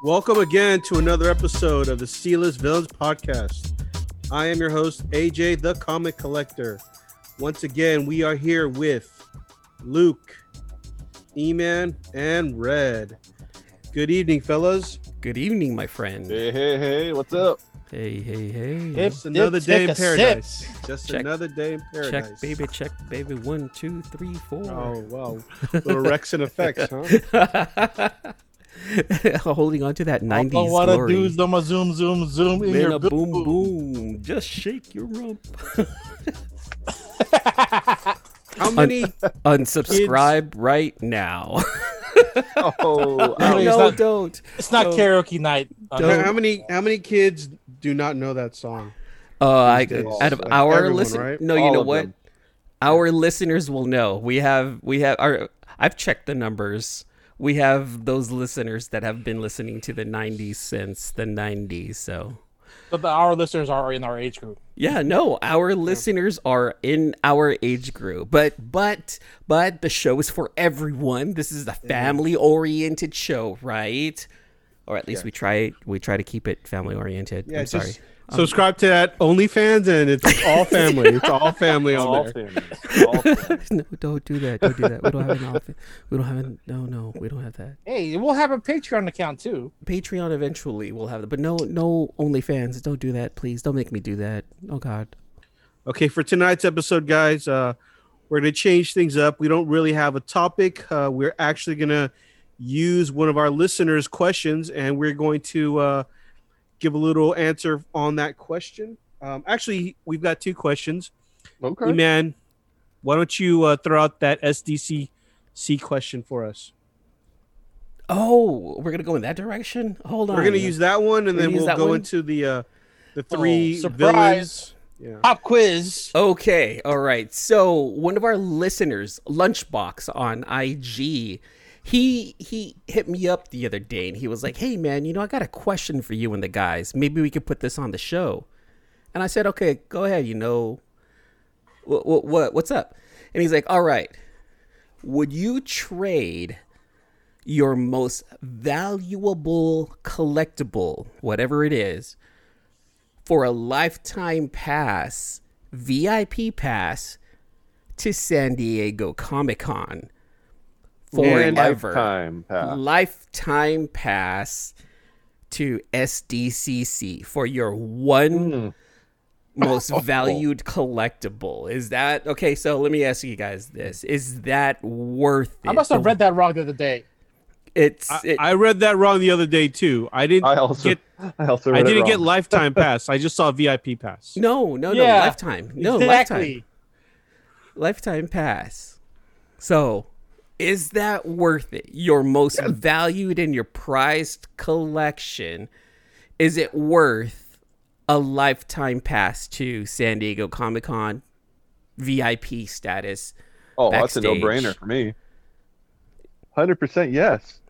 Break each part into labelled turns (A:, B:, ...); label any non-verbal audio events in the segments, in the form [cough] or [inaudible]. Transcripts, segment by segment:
A: Welcome again to another episode of the Sealess Villains Podcast. I am your host, AJ the Comic Collector. Once again, we are here with Luke, E Man, and Red. Good evening, fellas.
B: Good evening, my friend.
C: Hey, hey, hey, what's up?
B: Hey, hey, hey.
D: Dip,
A: Just another
D: dip,
A: day
D: take
A: in
D: a sip.
A: paradise. Just
B: Check.
A: another day in paradise.
B: Check, baby, check, baby. One, two, three, four.
A: Oh, wow. Little Rex and effects, huh?
B: [laughs] Holding on to that 90s
D: Oh. All I wanna
B: glory.
D: do is do my zoom, zoom, zoom in
B: Man,
D: your
B: a boom, boom. Just shake your rump.
A: How many
B: Unsubscribe right now. [laughs]
C: Oh, [laughs]
D: No,
B: no,
D: it's not-
B: don't.
D: [laughs] It's not
B: Oh.
D: karaoke night. Uh,
A: how, how many how many kids do not know that song?
B: Uh, I,
A: These days,
B: out of
A: like
B: our
A: everyone,
B: listen,
A: right?
B: no, you
C: All
B: know
C: of
B: what?
C: them.
B: Our listeners will know. We have, we have our. I've checked the numbers. We have those listeners that have been listening to the '90s since the '90s. So
D: but our listeners are in our age group.
B: Yeah, no, our listeners are in our age group. But but but the show is for everyone. This is a family-oriented show, right? Or at least we try we try to keep it family-oriented. I'm
A: just
B: sorry.
A: Um, subscribe to that OnlyFans, and it's all family. it's [laughs] all family on
C: all
A: there.
C: families, all families.
B: No, don't do that. Don't do that. We don't have an office. We don't have an, no, no. We don't have that.
D: Hey, we'll have a Patreon account too.
B: Patreon eventually we'll have that, but no, no OnlyFans. Don't do that, please. Don't make me do that. Oh God.
A: Okay, for tonight's episode, guys, uh, we're gonna change things up. We don't really have a topic. Uh, we're actually gonna use one of our listeners' questions, and we're going to uh, give a little answer on that question. Um, actually, we've got two questions.
C: Okay.
A: Man, why don't you uh, throw out that SDCC question for us?
B: Oh, we're gonna go in that direction. Hold on.
A: We're gonna use that one, and
B: We're
A: then
B: gonna use
A: we'll
B: that
A: go
B: one?
A: into the uh, the
D: Oh,
A: three villains.
D: surprise
A: Yeah.
D: pop quiz.
B: Okay, all right. So one of our listeners, Lunchbox on IG, he he hit me up the other day and he was like, "Hey man, you know I got a question for you and the guys. Maybe we could put this on the show." And I said, "Okay, go ahead. You know, what what, what what's up?" And he's like, "All right, would you trade your most valuable collectible, whatever it is?" for a lifetime pass, VIP pass to San Diego Comic Con forever.
C: Lifetime pass.
B: Lifetime pass to SDCC for your one
D: Hmm. [laughs]
B: most valued collectible. Is that okay? So let me ask you guys this: Is that worth it?
D: I must have read that wrong the other day.
B: It's
A: I,
B: it-
A: I read that wrong the other day too. I didn't
C: I also,
A: get
C: I also.
A: I
C: read it
A: didn't get
C: wrong.
A: lifetime pass. I just saw VIP pass.
B: no, no, no,
D: Yeah,
B: lifetime, no, lifetime.
D: exactly.
B: lifetime pass. So, is that worth it? Your most valued and your prized collection, is it worth a lifetime pass to San Diego Comic Con VIP status?
C: Oh, that's a
B: backstage.
C: no-brainer for me. Hundred percent yes.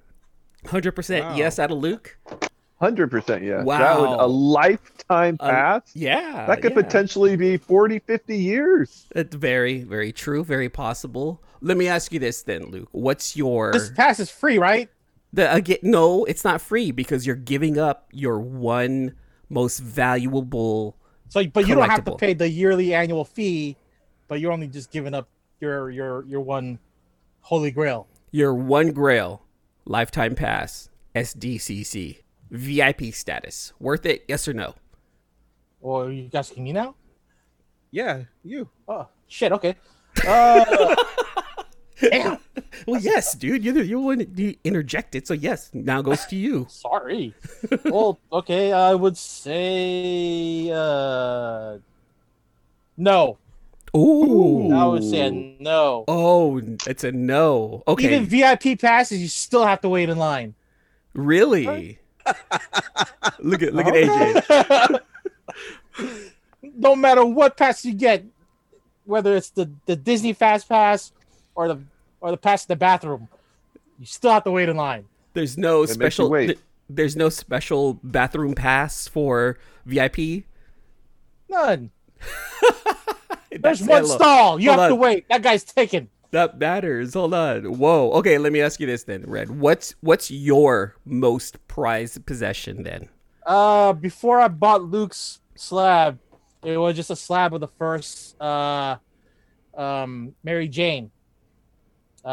B: 100%
A: Wow.
B: yes out of Luke?
C: Hundred percent yes. That would
B: Wow.
C: a lifetime
B: Um,
C: pass.
A: Uh,
B: Yeah.
C: that could
B: yeah.
C: potentially be 40, 50 years.
B: That's very, very true. Very possible. Let me ask you this then, Luke. What's your.
D: This pass is free, right?
B: The again, no, it's not free because you're giving up your one most valuable.
D: So, but you don't have to
B: Collectible.
D: pay the yearly annual fee, but you're only just giving up your your your one holy grail.
B: your one grail lifetime pass SDCC VIP status. Worth it? Yes or no?
D: Well, are you guys asking me now?
A: Yeah, you.
D: Oh shit! Okay. Uh, [laughs] damn.
B: Well, yes, dude. You're the, you're the one you interjected, so yes. Now goes to you. [laughs]
D: Sorry. well, okay. I would say uh, no.
B: Ooh.
D: I would say a no.
B: Oh, it's a no. Okay,
D: Even VIP passes, you still have to wait in line.
B: really? [laughs] look at look at AJ.
D: no matter what pass you get, whether it's the, the Disney Fast Pass or the or the pass to the bathroom, you still have to wait in line.
B: There's no
C: makes you
B: special.
C: wait.
B: th- there's no special bathroom pass for VIP.
D: None.
B: That's
D: There's one
B: hello.
D: stall. You
B: Hold
D: have to
B: on.
D: wait. That guy's taken.
B: that matters. Hold on. Whoa. Okay, let me ask you this then, Red. What's what's your most prized possession then?
D: Uh, before I bought Luke's slab, it was just a slab of the first uh, um, Mary Jane. Uh,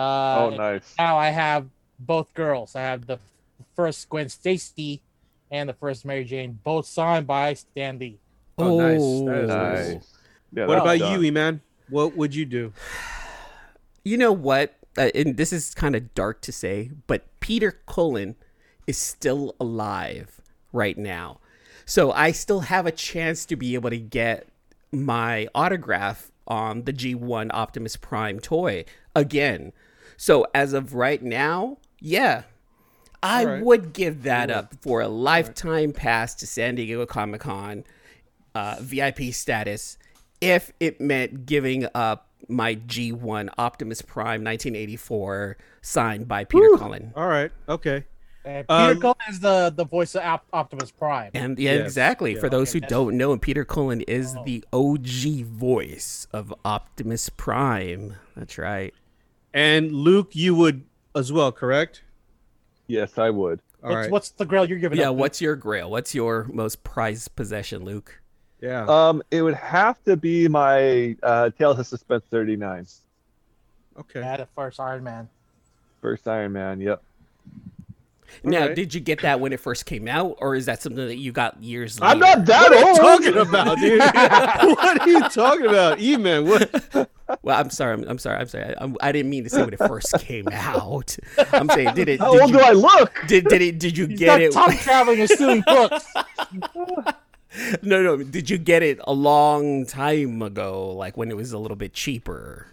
C: oh, nice.
D: Now I have both girls. I have the first Gwen Stacy and the first Mary Jane, both signed by Stan Lee.
A: Oh, nice. That is
C: Nice. Yeah,
A: What
C: that's
A: about
C: done.
A: you, man? What would you do?
B: You know what? Uh, and this is kind of dark to say, but Peter Cullen is still alive right now. So I still have a chance to be able to get my autograph on the G1 Optimus Prime toy again. So as of right now, yeah, I
A: All right.
B: would give that up for a lifetime pass to San Diego Comic Con, uh, VIP status, if it meant giving up my G1 Optimus Prime 1984 signed by Peter Cullen.
A: All right. Okay.
D: And
A: Um,
D: Peter Cullen is the, the voice of Op- Optimus Prime.
B: And Uh, yeah,
A: Yes.
B: exactly.
A: Yeah.
B: For those who
D: Okay, that's-
B: don't know, Peter Cullen is the OG voice of Optimus Prime. That's right.
A: And Luke, you would as well, correct?
C: Yes, I would.
A: All right.
D: what's, what's the grill you're giving
B: Yeah,
D: up?
B: what's your grail? What's your most prized possession, Luke?
A: yeah.
C: Um, it would have to be my uh, Tales of Suspense 39,
B: [laughs]
A: okay.
D: Yeah, the first Iron Man.
C: first Iron Man. Yep.
B: now,
A: right.
B: did you get that when it first came out, or is that something that you got years later?
C: I'm not that
A: Mm. What are you
C: old.
A: talking about,
B: [laughs]
A: dude? what are you talking about, E man? What?
B: Well, I'm sorry. I'm, I'm sorry. I'm sorry. I, I'm- I didn't mean to say when it first came [laughs] out. I'm saying, did it?
C: How
B: did
C: old
B: you,
C: do I look?
B: Did, did it? Did you
D: He's
B: get
D: not
B: it?
D: time
B: [laughs]
D: traveling and stealing books.
B: No, no. Did you get it a long time ago, like when it was a little bit cheaper?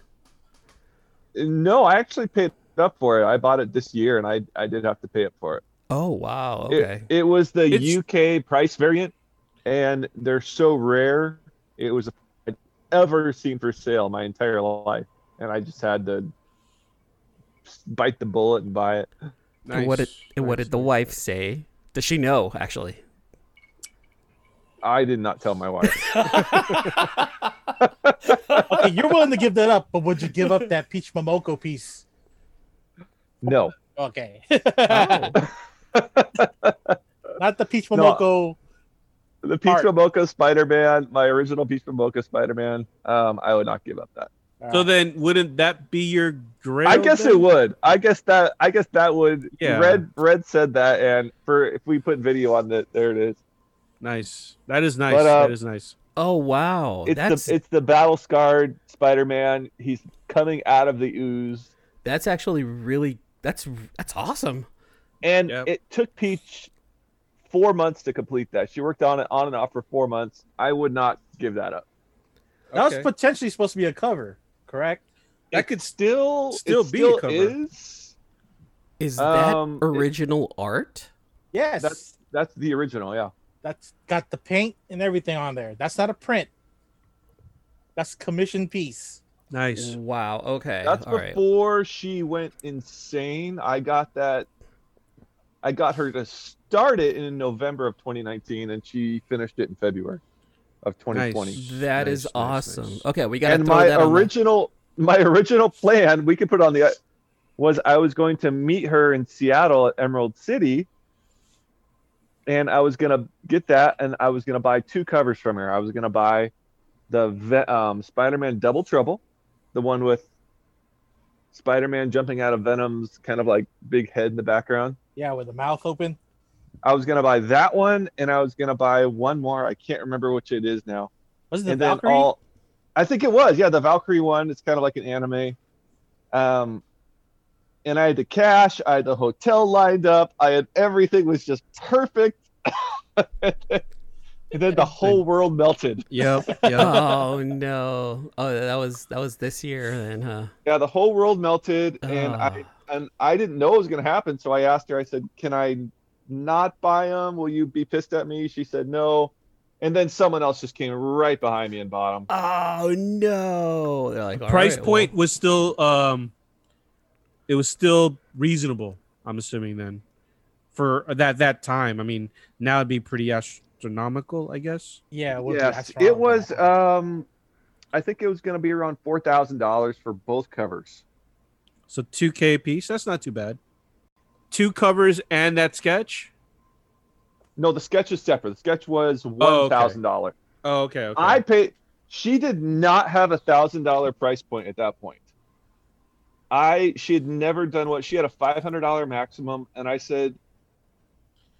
C: No, I actually paid up for it. I bought it this year, and I I did have to pay up for it.
B: Oh wow.
C: It-
B: Okay.
C: It, was the
A: It's-
C: UK price variant, and they're so rare. It was a I'd ever seen for sale my entire life, and I just had to bite the bullet and buy it.
B: And what did and what
A: nice,
B: did the
A: nice.
B: wife say? Does she know actually?
C: I did not tell
A: [laughs]
C: my wife.
D: Okay, you're willing to give that up, but would you give up that Peach Momoko piece?
C: No,
D: Okay.
B: Oh.
D: Not the Peach
C: No.
D: Momoko.
C: the Peach
D: Art.
C: Momoka Spider Man, my original Peach Momoka Spider Man. Um, I would not give up that.
A: So then, wouldn't that be your grail?
C: I guess
A: then?
C: it would. I guess that. I guess that would.
A: Yeah.
C: Red. Red said that, and for if we put video on it, there it is.
A: Nice. That is nice.
C: But, uh,
A: that is nice.
B: Oh wow.
C: it's
B: that's
C: the it's the battle scarred Spider-Man. He's coming out of the ooze,
B: that's actually really that's that's awesome.
C: and
A: Yep.
C: it took Peach four months to complete that. She worked on it on and off for four months. I would not give that up.
D: That was
A: Okay.
D: potentially supposed to be a cover, correct?
A: That
C: It
A: could
C: still
A: still
C: it
A: be
C: still
A: a cover.
C: Is
B: Is that
C: Um, it-
B: original art?
C: That's-
D: Yes. That's,
C: that's the original? Yeah.
D: got the paint and everything on there. That's not a print. That's commission piece.
A: nice.
B: Wow. Okay.
C: That's
B: All right.
C: before she went insane. I got that. I got her to start it in November of 2019, and she finished it in February of 2020.
A: Nice.
B: That is
A: Nice, nice,
B: awesome.
A: nice.
B: Okay, we got to
C: and
B: throw
C: my
B: that on the-
C: original my original plan we could put on the was i was going to meet her in seattle at emerald city and i was going to get that and i was going to buy two covers from her i was going to buy the Ve- um, spider-man double trouble the one with spider-man jumping out of venom's kind of like big head in the background
D: Yeah, with the mouth open.
C: i was going to buy that one and i was going to buy one more i can't remember which it is now
D: Was it the
C: and then
D: Valkyrie?
C: all I think it was, yeah, the Valkyrie one. It's kind of like an anime. Um and I had the cash, I had the hotel lined up, I had everything was just perfect. [laughs] and then the whole world melted.
A: Yep. Yep.
B: [laughs] oh no! Oh, that was that was this year then, huh?
C: Yeah, the whole world melted and
B: Ah.
C: I and I didn't know it was going to happen, so I asked her I said, "Can I not buy them? Will you be pissed at me?" She said, "No." And then someone else just came right behind me and bought them.
B: Oh no! They're like, "All
A: Price
B: right,
A: point
B: well,
A: was still um, it was still reasonable. I'm assuming then, for that that time. I mean, now it'd be pretty astronomical, I guess.
D: yeah, it would be
C: Yes, uh,
D: astronomical.
C: it was. Um, I think it was going to be around four thousand dollars for both covers.
A: So 2K a piece. That's not too bad. Two covers and that sketch.
C: No, the sketch is separate. The sketch was
A: okay.
C: one thousand dollars.
A: Oh, okay. okay.
C: I paid. She did not have a thousand dollar price point at that point. I she had never done what she had a five hundred dollar maximum, and I said,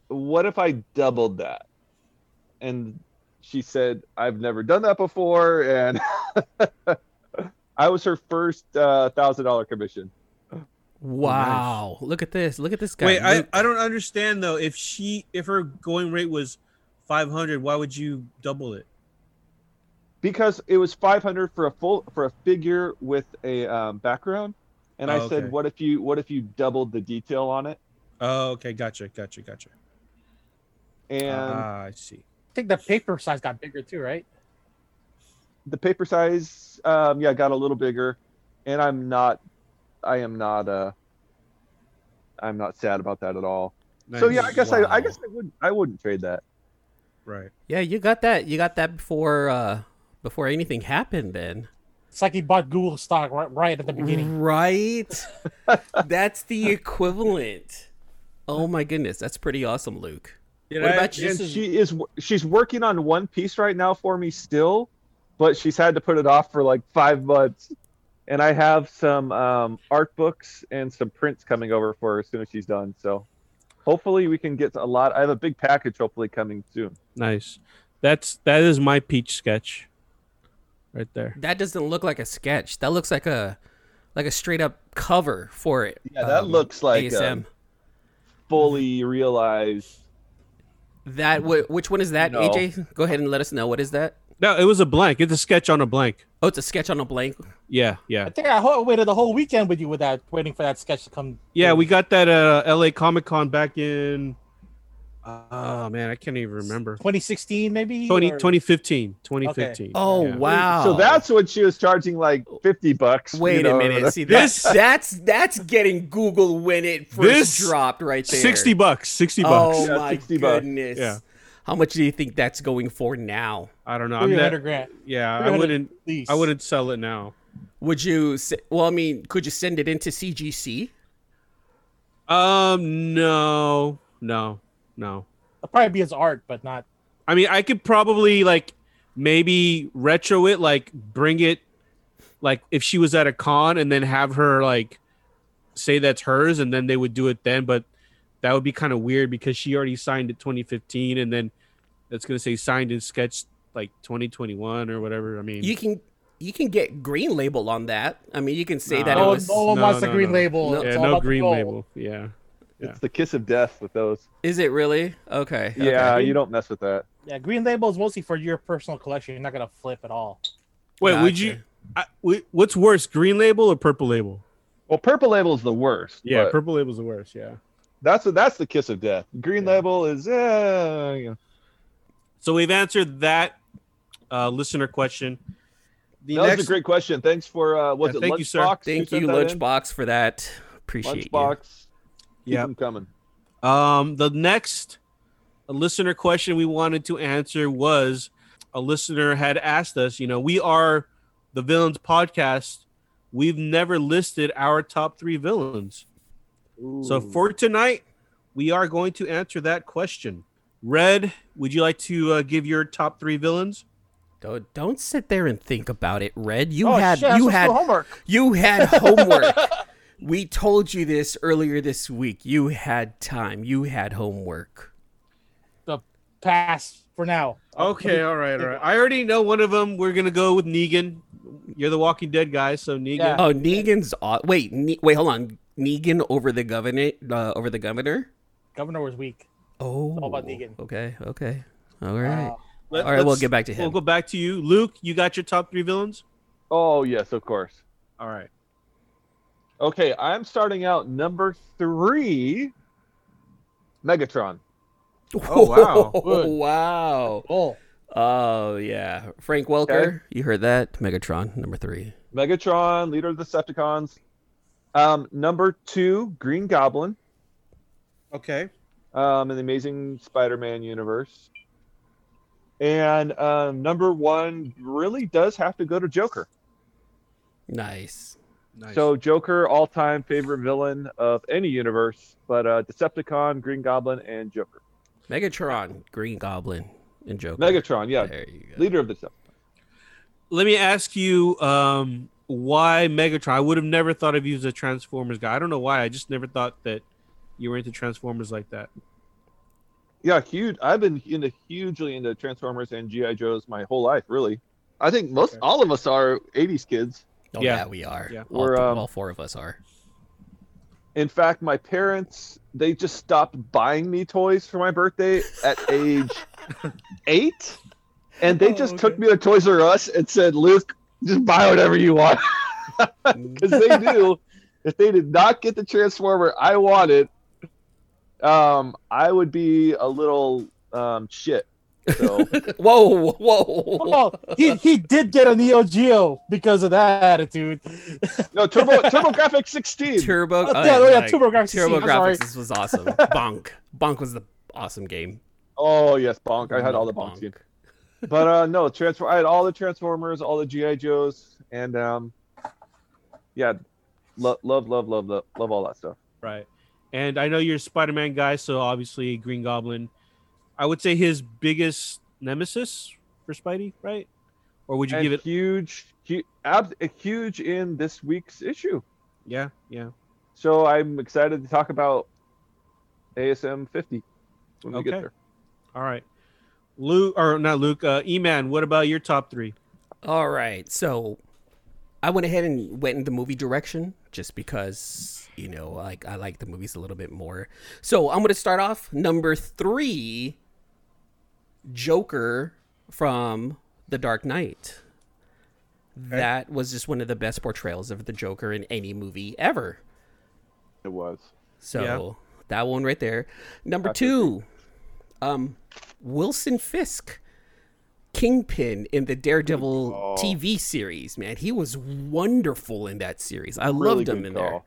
C: "What if I doubled that?" And she said, "I've never done that before," and [laughs] I was her first uh, thousand dollar commission.
B: Wow. Look at this. Look at this guy.
A: Wait, I,
B: Luke-
A: I don't understand though. If she if her going rate was 500, why would you double it?
C: because it was 500 for a full for a figure with a um, background and i
A: Oh, okay.
C: said what if you what if you doubled the detail on it
A: Oh, okay, gotcha, gotcha, gotcha.
C: and
A: Ah, I see.
D: I think the paper size got bigger too, right?
C: the paper size um, yeah got a little bigger and i'm not i am not uh i'm not sad about that at all so yeah i guess I, I guess i wouldn't i wouldn't trade that
A: right.
B: yeah, you got that. You got that before uh before anything happened then.
D: It's like he bought Google stock right, right at the beginning.
C: [laughs]
B: Right? that's the equivalent. Oh my goodness, that's pretty awesome, Luke.
A: Did
B: What
A: I-
B: about you?
A: did-
C: and she is she's working on one piece right now for me still but she's had to put it off for like five months and i have some um, art books and some prints coming over for her as soon as she's done so hopefully we can get a lot i have a big package hopefully coming soon
A: Nice. That's that is my peach sketch, right there.
B: That doesn't look like a sketch. That looks like a like a straight up cover for it.
C: Yeah, that looks like,
B: ASM.
C: um, fully realized
B: that wh- which one is that?
C: No.
B: AJ, go ahead and let us know what is that?
A: No, it was a blank. It's a sketch on a blank.
B: Oh, it's a sketch on a blank.
A: Yeah, yeah,
D: I think I ho- waited the whole weekend with you with that, waiting for that sketch to come.
A: yeah.
D: through.
A: We got that at uh, LA Comic Con back in. Oh man, I can't even remember.
D: 2016 maybe.
A: 20,
D: or-
A: 2015. 2015.
B: Oh
A: yeah.
B: wow.
C: so that's when she was charging like 50 bucks you
B: Wait
C: know,
B: a
C: or
B: minute.
C: whatever.
B: See
A: This-
B: this that's that's getting Google when it first
A: This-
B: dropped right there.
A: sixty bucks. Sixty bucks.
B: Oh
C: Yeah,
B: my
C: 60 bucks.
B: goodness.
A: Yeah.
B: How much do you think that's going for now?
A: I don't know. I'm
D: 300
A: not,
D: grand.
A: yeah, I
D: 300
A: wouldn't.
D: Please.
A: I wouldn't sell it now.
B: Would you s- well I mean, could you send it into CGC?
A: Um, no, no, no.
D: It'll probably be his art, but not.
A: I mean, I could probably like maybe retro it, like bring it, like if she was at a con and then have her like say that's hers, and then they would do it then. But that would be kind of weird because she already signed it 2015, and then that's gonna say signed in sketch like 2021 or whatever. I mean,
B: You can you can get green label on that. I mean, you can say
A: Nah.
B: that
C: Oh,
B: it
D: No,
B: was
D: no one
A: No,
D: wants the
A: no,
D: green
A: no.
D: label.
B: No.
D: It's
A: yeah,
D: all
A: no
D: about the
A: green
D: gold.
A: label. Yeah, Yeah.
C: it's the kiss of death with those
B: Is it really? Okay. okay.
C: yeah you don't mess with that
D: Yeah, green label is mostly for your personal collection. You're not gonna flip at all.
A: Wait, would
B: Gotcha.
A: you? I, wait, what's worse, green label or purple label?
C: well purple label is the worst
A: Yeah,
C: but-
A: purple label's the worst. Yeah.
C: That's that's the kiss of death. Green
A: Yeah.
C: Label is uh, you know.
A: So we've answered that uh, listener question. The
C: that was a great question. Thanks for uh, was
A: Yeah,
C: it
A: thank
C: lunchbox?
A: you, sir.
B: Thank
C: sent
B: you,
C: that in?
B: Lunchbox, for that. Appreciate you.
C: Lunchbox. Keep
A: yeah.
C: them coming.
A: Um, the next listener question we wanted to answer was a listener had asked us. You know, we are the villains podcast. We've never listed our top three villains. So for tonight, we are going to answer that question. Red, would you like to uh, give your top three villains?
B: Don't, don't sit there and think about it, Red. You
D: oh
B: had
D: shit, I'm
B: you
D: supposed to do
B: had
D: homework.
B: you had homework. [laughs] we told you this earlier this week. You had time. You had homework.
D: Pass for now.
A: Okay, all right, all right. I already know one of them. We're gonna go with Negan. You're the Walking Dead guy, so Negan.
D: Yeah.
B: Oh, Negan's aw- wait. Ne- wait, hold on. Negan over the governor. Uh, over the governor.
D: Governor was weak.
B: Oh,
D: all about Negan.
B: Okay. Okay. All right.
D: Uh,
A: Let-
B: all right. We'll
A: let's-
B: get back to
A: We'll
B: him. [laughs]
A: go back to you, Luke. You got your top three villains.
C: Oh yes, of course.
A: All right.
C: Okay, I'm starting out number three. Megatron.
A: Oh,
D: wow. Good.
B: wow.
D: goal.
B: Oh yeah, Frank Welker.
C: Okay.
B: You heard that? Megatron number three.
C: Megatron, leader of the Decepticons. Um, number two, Green Goblin.
A: Okay.
C: um, in the Amazing Spider-Man universe. And um, number one really does have to go to Joker.
B: Nice.
A: Nice.
C: So Joker, all time favorite villain of any universe, but uh, Decepticon, Green Goblin, and Joker.
B: Megatron, Green Goblin, and Joker.
C: Megatron, yeah,
B: There you go.
C: leader of the Decepticon.
A: let me ask you um, why Megatron. I would have never thought of you as a Transformers guy. I don't know why. I just never thought that you were into Transformers like that.
C: Yeah, huge. I've been into hugely into Transformers and GI Joes my whole life, really. I think most
A: Okay.
C: all of us are '80s kids.
B: Oh, yeah.
A: Yeah.
B: we are.
A: Yeah.
B: All,
C: We're,
B: th-
C: um,
B: all four of us are.
C: In fact, my parents they just stopped buying me toys for my birthday
A: [laughs]
C: at age eight, and they
A: Oh,
C: just took
A: okay.
C: me to Toys R Us and said, "Luke, just buy whatever you want," [laughs]
A: [laughs]
C: because they knew if they did not get the Transformer I wanted, um, I would be a little um, shit.
A: [laughs]
C: So
B: Whoa, whoa.
D: Oh, he he did get a Neo Geo because of that attitude. [laughs]
C: no, Turbo TurboGrafx 16.
B: Turbo.
D: Oh, yeah, oh, yeah,
B: like,
D: TurboGrafx.
B: Turbo
D: I'm sorry.
B: Graphics. This was awesome. Bonk. Bonk was the awesome game.
C: Oh yes, Bonk. I had all the Bonks. in. But uh, no, transform. I had all the Transformers, all the GI Joes, and um, yeah, love, love, love, love, love, love all that stuff.
A: Right. And I know you're a Spider-Man guy, so obviously Green Goblin. I would say his biggest nemesis for Spidey, right? Or would you
C: and
A: give it?
C: huge, hu- ab- huge in this week's issue.
A: Yeah, yeah.
C: So I'm excited to talk about ASM 50 when we
A: Okay.
C: get there.
A: All right. Luke or not Luke? Uh, E-Man. What about your top three?
B: All right. So I went ahead and went in the movie direction just because, you know, like I like the movies a little bit more. So I'm going to start off number 3 Joker from The Dark Knight. That was just one of the best portrayals of the Joker in any movie ever.
C: It was.
B: So
A: Yeah.
B: that one right there. Number
C: That's
B: two, um, Wilson Fisk, Kingpin in the Daredevil
C: call.
B: TV series. Man, he was wonderful in that series. I loved him in there.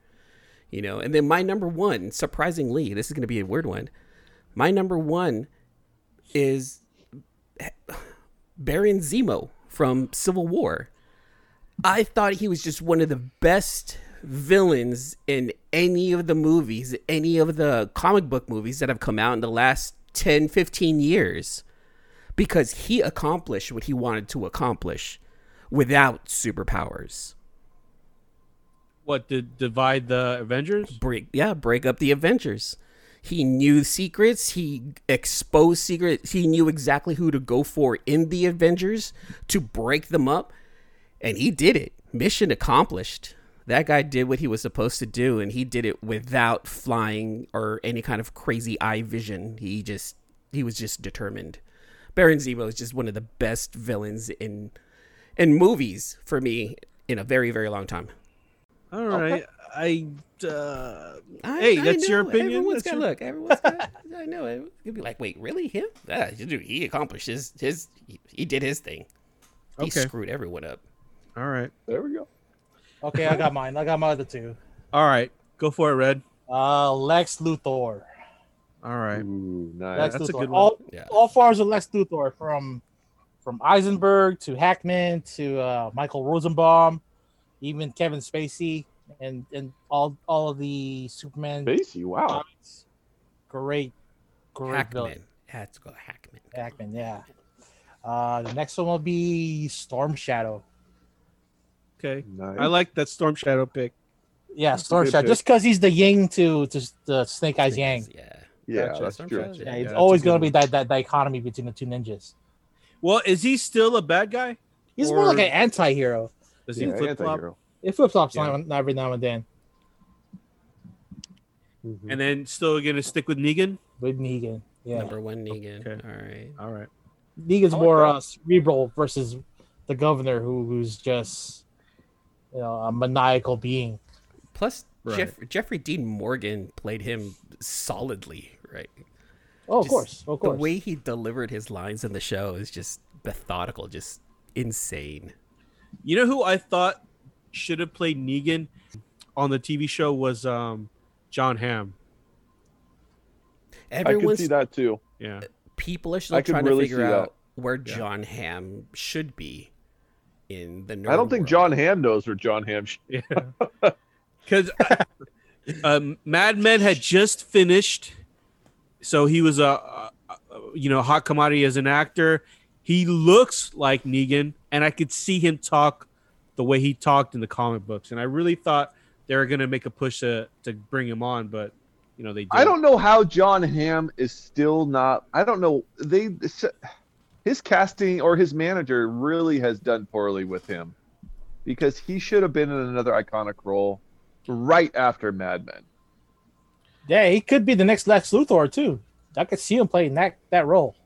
B: You know, and then my number one, surprisingly, this is going to be a weird one. My number one is Baron Zemo from Civil War. I thought he was just one of the best villains in any of the movies, any of the comic book movies that have come out in the last 10, 15 years because he accomplished what he wanted to accomplish without superpowers.
A: What to divide the Avengers?
B: break yeah break up the adventures he knew secrets he exposed secrets he knew exactly who to go for in the avengers to break them up and he did it mission accomplished that guy did what he was supposed to do and he did it without flying or any kind of crazy eye vision he just he was just determined baron zemo is just one of the best villains in in movies for me in a very very long time
A: All right. I. Uh,
B: I,
A: Hey, that's your
B: know.
A: opinion.
B: Everyone's
A: That's
B: got
A: your-
B: look. Everyone's got. [laughs] I know. it- You'd be like, wait, really him? Yeah, dude, he accomplished his his. He, he did his thing. He
A: Okay.
B: screwed everyone up.
A: all right.
C: There we go.
D: Okay, I got mine. I got my other two.
A: All right. Go for it, Red.
D: Uh, Lex Luthor.
A: All right.
C: Ooh, nice.
D: Lex
A: Uh, that's a
D: Luthor.
A: good one.
D: All,
B: Yeah.
D: all forms of Lex Luthor from from Eisenberg to Hackman to uh, Michael Rosenbaum, even Kevin Spacey and and all all of the Superman
C: Spacey, wow.
D: comics. Great, great villain.
B: Hackman. Had to go Hackman.
D: Hackman, yeah. Uh, the next one will be Storm Shadow.
A: Okay.
C: Nice.
A: I like that Storm Shadow pick.
D: Yeah,
C: a
D: Storm
C: good
D: Shadow.
C: pick.
D: Just because he's the yin to to the Snake Eyes Yang.
B: Yeah.
C: yeah,
A: Gotcha.
C: that's
B: Some
C: true.
B: shows,
D: Yeah,
A: Yeah,
D: it's
A: that's a
D: always
A: good
D: going to
A: one.
D: be that, that dichotomy between the two ninjas.
A: Well, is he still a bad guy?
D: He's more like
A: Or-
D: an anti-hero.
A: Does he
C: Yeah,
A: flip flop?
C: anti-hero.
D: It flip flops
A: Yeah.
D: every now and then
C: Mhm.
A: And then still gonna stick with Negan?
D: with Negan. Yeah,
B: Number one Negan.
A: Okay.
B: All right.
A: All right.
D: Negan's
C: I like
D: more
C: that.
D: uh, cerebral versus the governor, who who's just you know a maniacal being.
B: Plus,
A: Right.
B: Jeff, Jeffrey Dean Morgan played him solidly. Right.
D: Oh,
B: Just
D: of course, of course.
B: The way he delivered his lines in the show is just methodical, just insane.
A: You know who I thought should have played Negan on the TV show was um, John Hamm.
C: I can
B: Everyone's
C: see that too.
A: Yeah,
B: people are still
C: could
B: trying
C: really
B: to
C: see
B: figure
C: that.
B: out where
A: Yeah.
B: John Hamm should be in the nerd
C: I don't think
B: world.
C: John Hamm knows where John Hamm. sh-
A: Yeah. [laughs] Because um, Mad Men had just finished, so he was a, a, a you know hot commodity as an actor. He looks like Negan, and I could see him talk the way he talked in the comic books, and I really thought they were going to make a push to to bring him on, but you know they. Didn't.
C: I don't know how John Hamm is still not. I don't know. They his casting or his manager really has done poorly with him because he should have been in another iconic role right after Mad Men.
D: Yeah, he could be the next Lex Luthor too. I could see him playing that that role.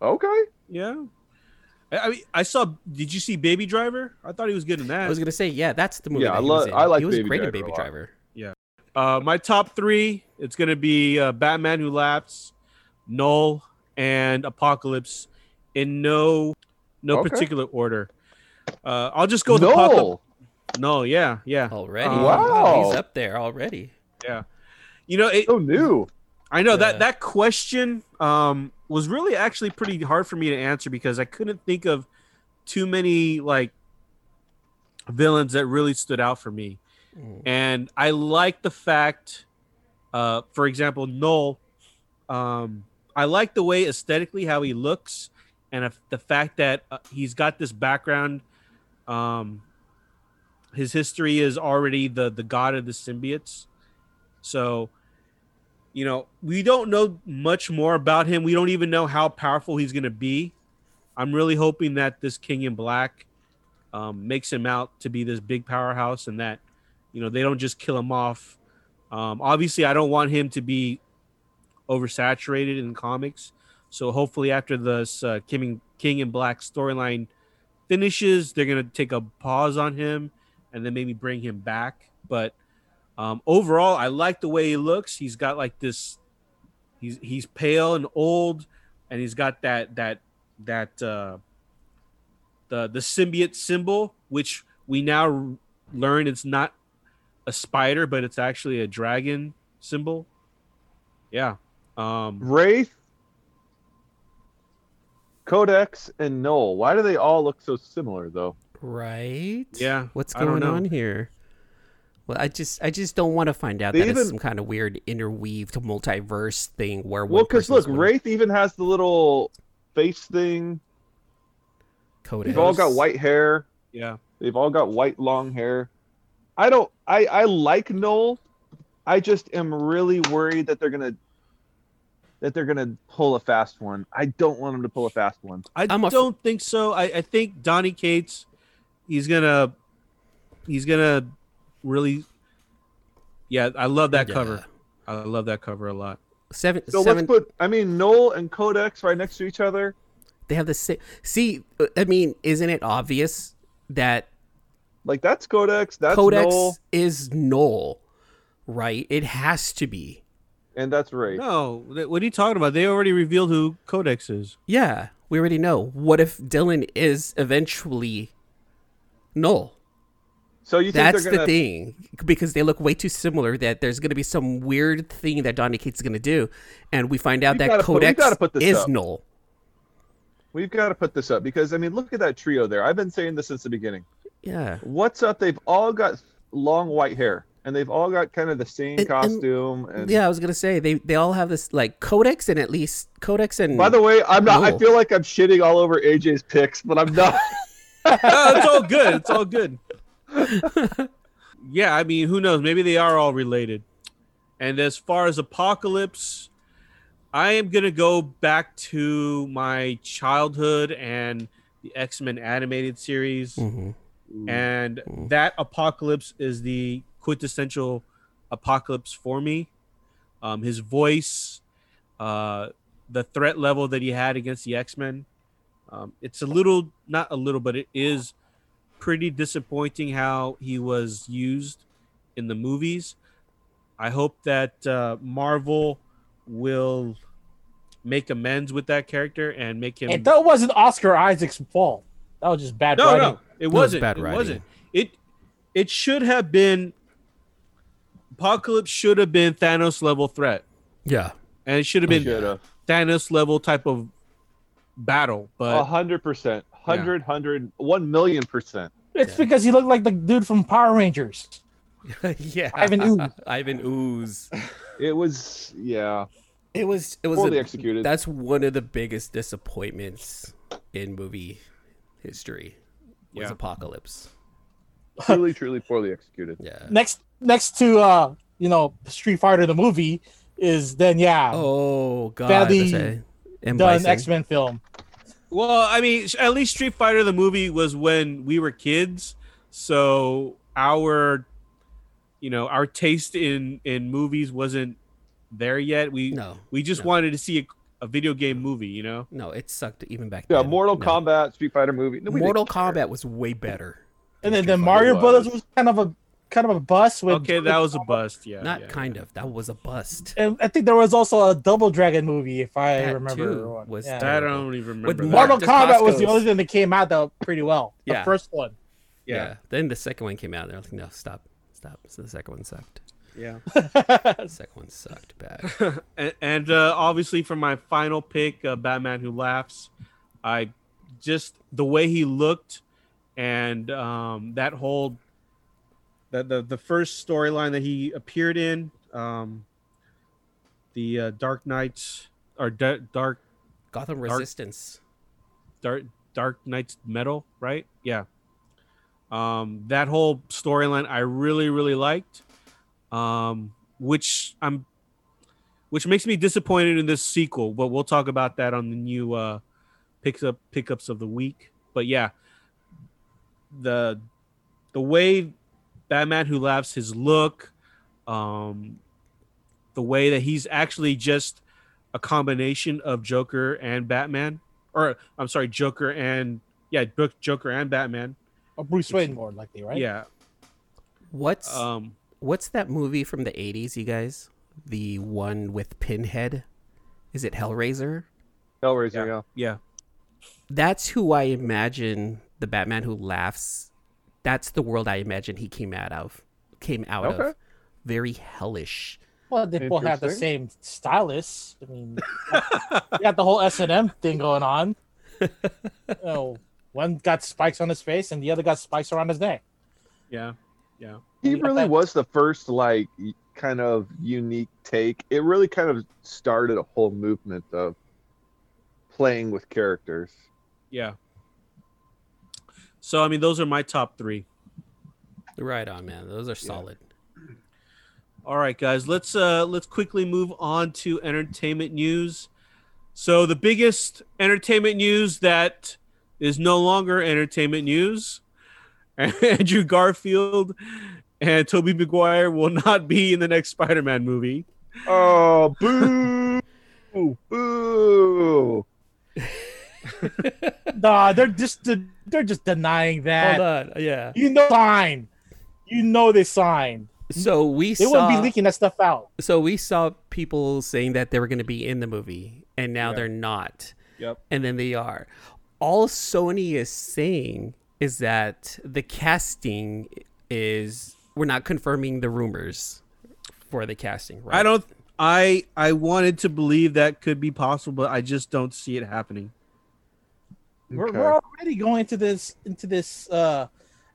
C: Okay.
A: Yeah. I, I mean, I saw. Did you see Baby Driver? I thought he was good in that.
B: I was gonna say, yeah, that's the movie.
C: Yeah,
B: that
C: I
B: he
C: lo-
B: was in.
C: I like
B: He was
C: Baby
B: great in
C: Driver a
B: Baby
C: lot.
B: Driver.
A: Uh, my top three, it's going to be uh, Batman Who Laughs, Null, and Apocalypse in no no
C: Okay.
A: particular order. Uh, I'll just go with
C: no.
A: Apocalypse. No, yeah, yeah. [laughs]
B: Already,
A: Uh,
B: wow, he's
C: Wow.
B: up there already.
A: You know, it,
C: So new.
A: I know
B: Yeah.
A: that that question um, was really actually pretty hard for me to answer because I couldn't think of too many like villains that really stood out for me.
B: Mm.
A: and I like the fact, uh, for example, Noel. Um, I like the way aesthetically how he looks, and if, the fact that uh, he's got this background. Um, his history is already the the god of the symbiotes, so you know we don't know much more about him. We don't even know how powerful he's going to be. I'm really hoping that this King in Black um, makes him out to be this big powerhouse, and that you know they don't just kill him off um, obviously i don't want him to be oversaturated in comics so hopefully after this uh, king, and- king and black storyline finishes they're going to take a pause on him and then maybe bring him back but um, overall i like the way he looks he's got like this he's he's pale and old and he's got that that that uh the the symbiote symbol which we now learn it's not a spider, but it's actually a dragon symbol. Yeah. Um,
C: Wraith, Codex, and Null. Why do they all look so similar though?
B: Right?
A: Yeah,
B: What's
A: I don't
B: going
A: know.
B: on here? Well, I just I just don't want to find out
C: They
B: that it's
C: even-
B: some kind of weird interweaved multiverse thing where
C: Well,
B: one
C: because
B: person's one
C: look, Wraith even has the little face thing.
B: code
C: They've all
B: is.
C: got white hair.
A: yeah.
C: They've all got white long hair. I don't. I I like Noel. I just am really worried that they're gonna that they're gonna pull a fast one. I don't want them to pull a fast one.
A: I
B: I'm a-
A: don't think so. I, I think Donnie Cates, he's gonna, he's gonna really. Yeah, I love that
B: Yeah.
A: cover. I love that cover a lot.
B: Seven,
C: So
B: seven
C: let's put. I mean, Noel and Codex right next to each other.
B: they have the same See, uh, I mean, isn't it obvious that
C: Like that's Codex. That's
B: Codex
C: Noel,
B: is null, right? It has to be.
C: and that's Ray.
A: No, th- what are you talking about? They already revealed who Codex is. [laughs]
B: Yeah, we already know. What if Dylan is eventually null?
C: So you think
B: That's
C: they're gonna?
B: the thing because they look way too similar. That there's going to be some weird thing that Donny Cates is going to do, and we find out
C: We've
B: that
C: gotta put- we've
B: Codex
C: gotta put this
B: is
C: up.
B: null.
C: We've got to put this up because I mean, look at that trio there. I've been saying this since the beginning.
B: Yeah,
C: What's up? They've all got long white hair, and they've all got kind of the same
B: And- and-
C: costume. And,
B: yeah. I was going to say they they all have this like Codex and at least Codex and
C: By the way, I'm not.
B: No.
C: I feel like I'm shitting all over AJ's picks, but I'm not.
A: no, it's all good. It's all good.
B: [laughs]
A: yeah, I mean, who knows? Maybe they are all related. And as far as Apocalypse, I am going to go back to my childhood and the X Men animated series.
B: Mhm.
C: Mm-hmm.
A: And
B: Mm.
A: that Apocalypse is the quintessential Apocalypse for me. Um, his voice, uh, the threat level that he had against the X Men. Um, it's a little, not a little, but it is pretty disappointing how he was used in the movies. I hope that uh, Marvel will make amends with that character and make him.
D: And that wasn't Oscar Isaac's fault. That was just bad
A: no,
D: writing.
A: no, it wasn't.
B: bad
A: it
B: writing.
A: wasn't. It it should have been. Apocalypse should have been Thanos level threat,
B: yeah. [laughs]
A: and it should have been
C: Should have.
A: Thanos level type of battle. But
C: hundred percent, 100, 100, 1 million percent.
D: It's
B: Yeah.
D: because he looked like the dude from Power Rangers.
B: yeah,
D: Ivan Ooze.
B: Ivan Ooze.
C: It was, yeah,
B: It was. It was.
C: poorly
B: a-
C: executed.
B: That's one of the biggest disappointments in movie history. Was
A: Yeah.
B: Apocalypse.
C: [laughs] truly, truly poorly executed.
B: Yeah.
D: Next, next to uh, you know, Street Fighter the movie is then yeah,
B: Oh God.
D: Badly
B: that's right. And
D: done
B: Bison.
D: X Men film.
A: Well, I mean, sh- at least Street Fighter the movie was when we were kids, so our, you know, our taste in in movies wasn't there yet. We
B: No.
A: we just
B: no.
A: wanted to see a, a video game movie, you know.
B: No, it sucked even back
C: Yeah,
B: then.
C: Mortal
B: No.
C: Kombat, Street Fighter movie. No, we didn't
B: Mortal
C: care.
B: Kombat was way better.
D: And then,
B: than
D: then
B: Street
D: Mario
C: was.
D: Brothers was kind of a kind of a bus with
A: Okay, that was a bust. Yeah,
B: Fighter. Not
A: yeah.
B: kind of. That was a bust.
D: And I think there was also a Double Dragon movie, if I
B: That
D: remember.
B: too
D: right.
B: was
D: yeah.
A: I don't even remember.
B: With
A: that.
D: Mortal
B: Mark
D: Kombat was the
B: DeCosco's.
D: only thing that came out though pretty well.
B: Yeah.
D: The first one. [laughs]
A: yeah.
B: Then the second one came out, and I was like, no, stop, stop. So the second one sucked.
A: Yeah.
B: The second one sucked bad.
A: [laughs] and and uh, obviously for my final pick, uh, Batman Who Laughs, I just the way he looked, and um, that whole the the, the first storyline that he appeared in, um, the uh, Dark Knights or da- Dark
B: Gotham
A: Dark-
B: Resistance.
A: Dark Dark Knight's Metal, right? Yeah. Um, that whole storyline I really really liked, um, which I'm, which makes me disappointed in this sequel. But we'll talk about that on the new uh, picks up pickups of the week. But yeah, the the way Batman Who Laughs, his look, um, the way that he's actually just a combination of Joker and Batman, or I'm sorry, Joker and yeah, book Joker and Batman.
D: Or Bruce Wayne more likely, right?
A: Yeah.
C: Uh,
B: What's
A: Um.
B: what's that movie from the eighties, you guys? The one with Pinhead? Is it Hellraiser?
C: Hellraiser,
A: Yeah.
C: yeah.
A: Yeah.
B: That's who I imagine the Batman who laughs. That's the world I imagine he came out of. Came out of.
C: Okay.
B: Very hellish.
D: Well, they both have the same stylus. I
A: [laughs]
D: mean, you got the whole S and M thing going on. You know, one got spikes on his face, and the other got spikes around his neck.
A: Yeah.
C: He
D: Yeah,
C: really
D: that-
C: was the first, like, y- kind of unique take. It really kind of started a whole movement of playing with characters.
A: Yeah. So I mean, those are my top three.
B: Right on, man. Those are solid.
A: All right, guys, let's uh let's quickly move on to entertainment news. So the biggest entertainment news that is no longer entertainment news. [laughs] Andrew Garfield and Toby Maguire will not be in the next Spider-Man movie.
C: Oh, boo! boo!
D: Nah, they're just they're just denying that.
B: on. Yeah.
D: You know, sign. You know they signed.
B: So we
D: They
B: saw
D: wouldn't be leaking that stuff out.
B: so we saw people saying that they were going to be in the movie and now they're not
A: Yep.
B: and then they are all sony is saying is that the casting is we're not confirming the rumors for the casting right
A: I don't. I I wanted to believe that could be possible, but I just don't see it happening.
D: We're,
C: Okay.
D: we're already going into this into this uh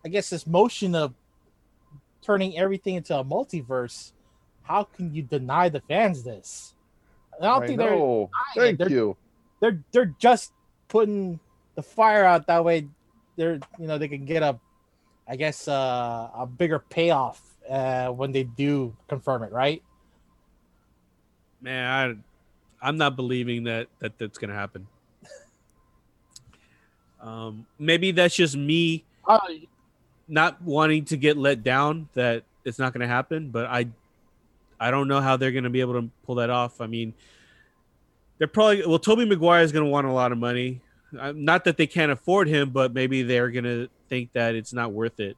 D: I guess this motion of turning everything into a multiverse. How can you deny the fans this? And I don't think they're
C: know.
D: lying.
C: Thank
D: They're-
C: you.
D: they're they're just putting the fire out that way they're you know they can get a I guess uh a bigger payoff uh when they do confirm it, right?
A: Man, I, I'm not believing that that that's gonna happen. Um, maybe that's just me
D: Uh,
A: not wanting to get let down that it's not gonna happen, but I I don't know how they're gonna be able to pull that off. I mean, they're probably well. Toby Maguire is gonna want a lot of money. Uh, Not that they can't afford him, but maybe they're gonna think that it's not worth it.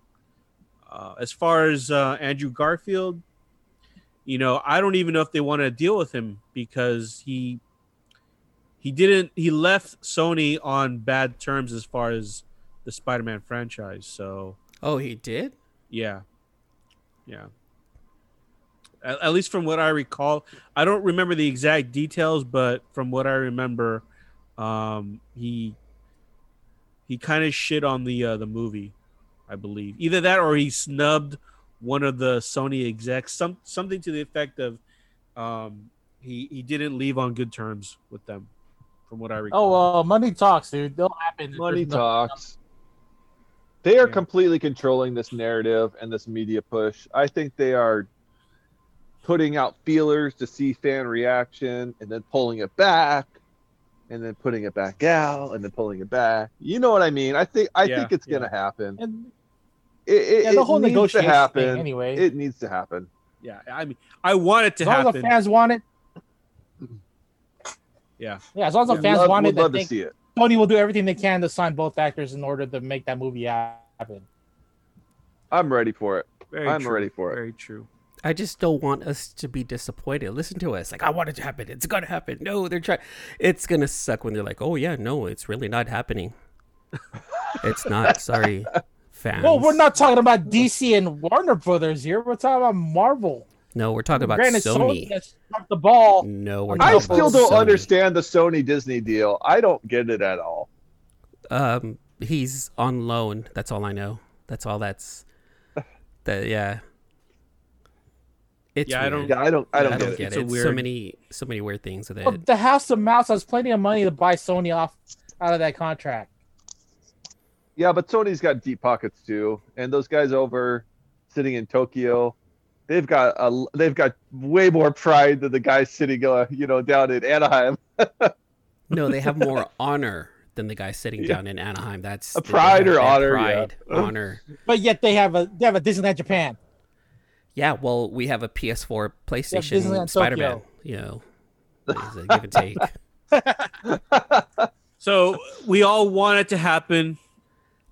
A: Uh, as far as uh, Andrew Garfield, you know, I don't even know if they want to deal with him because he he didn't he left Sony on bad terms as far as the Spider-Man franchise. So
B: oh he did
A: yeah, yeah. At, at least from what I recall, I don't remember the exact details, but from what I remember, um, he he kind of shit on the uh, the movie, I believe. Either that or he snubbed one of the Sony execs, some something to the effect of um, he he didn't leave on good terms with them, from what I recall.
D: Oh, uh, money talks, dude. They'll happen.
C: Money
D: There's no-
C: talks. They are
A: Yeah.
C: completely controlling this narrative and this media push. I think they are putting out feelers to see fan reaction and then pulling it back and then putting it back out and then pulling it back. You know what I mean? I think I
A: Yeah,
C: think it's
A: yeah.
C: going to happen.
D: And,
C: It, it,
D: yeah, the whole
C: it needs to
D: negotiation
C: happen.
D: thing, anyway.
C: It needs to happen.
A: yeah. I mean, I want it to
D: as long as
A: happen.
D: the fans want it,
A: Yeah.
D: yeah. As long as the
C: We'd
D: fans
C: love,
D: want
C: we'd
D: it, I
C: love to
D: think
C: see it.
D: Tony will do everything they can to sign both actors in order to make that movie happen.
C: I'm ready for it.
A: Very
C: I'm
A: true.
C: ready for it.
A: Very true.
B: I just don't want us to be disappointed. Listen to us. Like, I want it to happen. It's going to happen. No, they're trying. It's going to suck when they're like, oh, yeah, no, it's really not
D: [laughs]
B: happening. it's not. Sorry, fans.
D: Well, we're not talking about DC and Warner Brothers here. We're talking about Marvel.
B: No, we're talking about
D: Granted, Sony,
B: Sony.
D: has dropped the ball.
B: No, we're
D: I
B: talking
C: I
D: know,
B: about
C: still don't
B: Sony.
C: understand the Sony Disney deal. I don't get it at all.
B: Um, he's on loan. That's all I know. That's all that's. That yeah. It's
A: Yeah, I don't-
B: weird.
C: Yeah, I don't. I don't, get, it. Oh.
A: It's
B: It's
A: a
B: so
A: weird-
B: many, so many weird things with it.
D: But the House of Mouse has plenty of money to buy Sony off out of that contract.
C: Yeah, but Sony's got deep pockets too, and those guys over sitting in Tokyo, they've got a they've got way more pride than the guys sitting, uh, you know, down in Anaheim.
B: No, they have more
C: [laughs]
B: honor than the guy sitting
C: Yeah.
B: down in Anaheim. That's
C: A
B: they
C: pride
B: have
C: or
B: that
C: honor,
B: Pride,
C: yeah.
B: honor.
D: But yet they have a they have a Disneyland Japan.
B: Yeah, well, we have a PS4, PlayStation,
D: Disneyland
B: Spider Man.
D: Tokyo.
B: You know, it's a give and
C: [laughs]
B: take.
A: So we all want it to happen.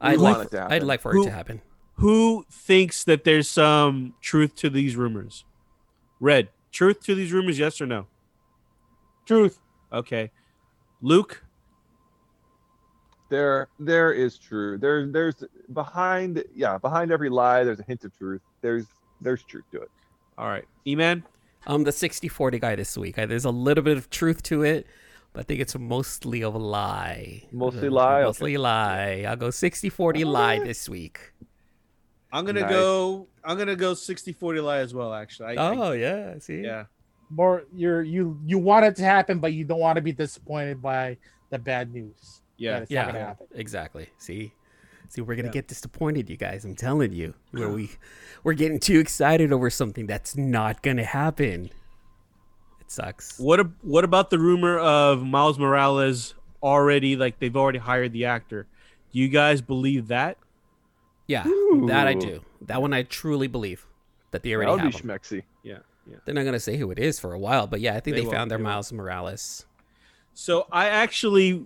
B: I'd
C: want
B: like,
C: it to
B: I'd
C: happen.
B: like for it
A: Who-
B: to happen.
A: Who thinks that there's some truth to these rumors? Red, truth to these rumors? Yes or no?
D: Truth.
A: Okay. Luke,
C: there, there is true. There, there's behind, yeah, behind every lie, there's a hint of truth. There's, there's truth to it.
A: all right. E-Man,
B: I'm Um, the 60 40 guy this week. I, there's a little bit of truth to it, but I think it's mostly of a lie.
C: Mostly lie,
B: Mostly lie. I'll go 60 40
A: Oh,
B: lie this week.
A: I'm gonna
C: Nice.
A: go. I'm gonna go 60-40 lie as well. Actually, I, I,
B: Oh, yeah. See?
A: yeah,
D: More you're you you want it to happen, but you don't want to be disappointed by the bad news.
A: yeah.
D: It's not gonna
B: Yeah,
D: happen.
B: exactly. See, see, we're gonna
A: Yeah.
B: get disappointed, you guys. I'm
A: [gasps]
B: telling you, where we we're getting too excited over something that's not gonna happen. It sucks.
A: What ab- What about the rumor of Miles Morales already? Like they've already hired the actor. Do you guys believe that?
B: Yeah, that I
C: Ooh.
B: do. That one I truly believe that they
C: That
B: already
C: would be
B: have. 'em.
C: schmexy.
A: Yeah, yeah.
B: They're not gonna say who it is for a while, but yeah, I think
A: They
B: they,
A: won't,
B: found their
A: they won't.
B: Miles Morales.
A: So I actually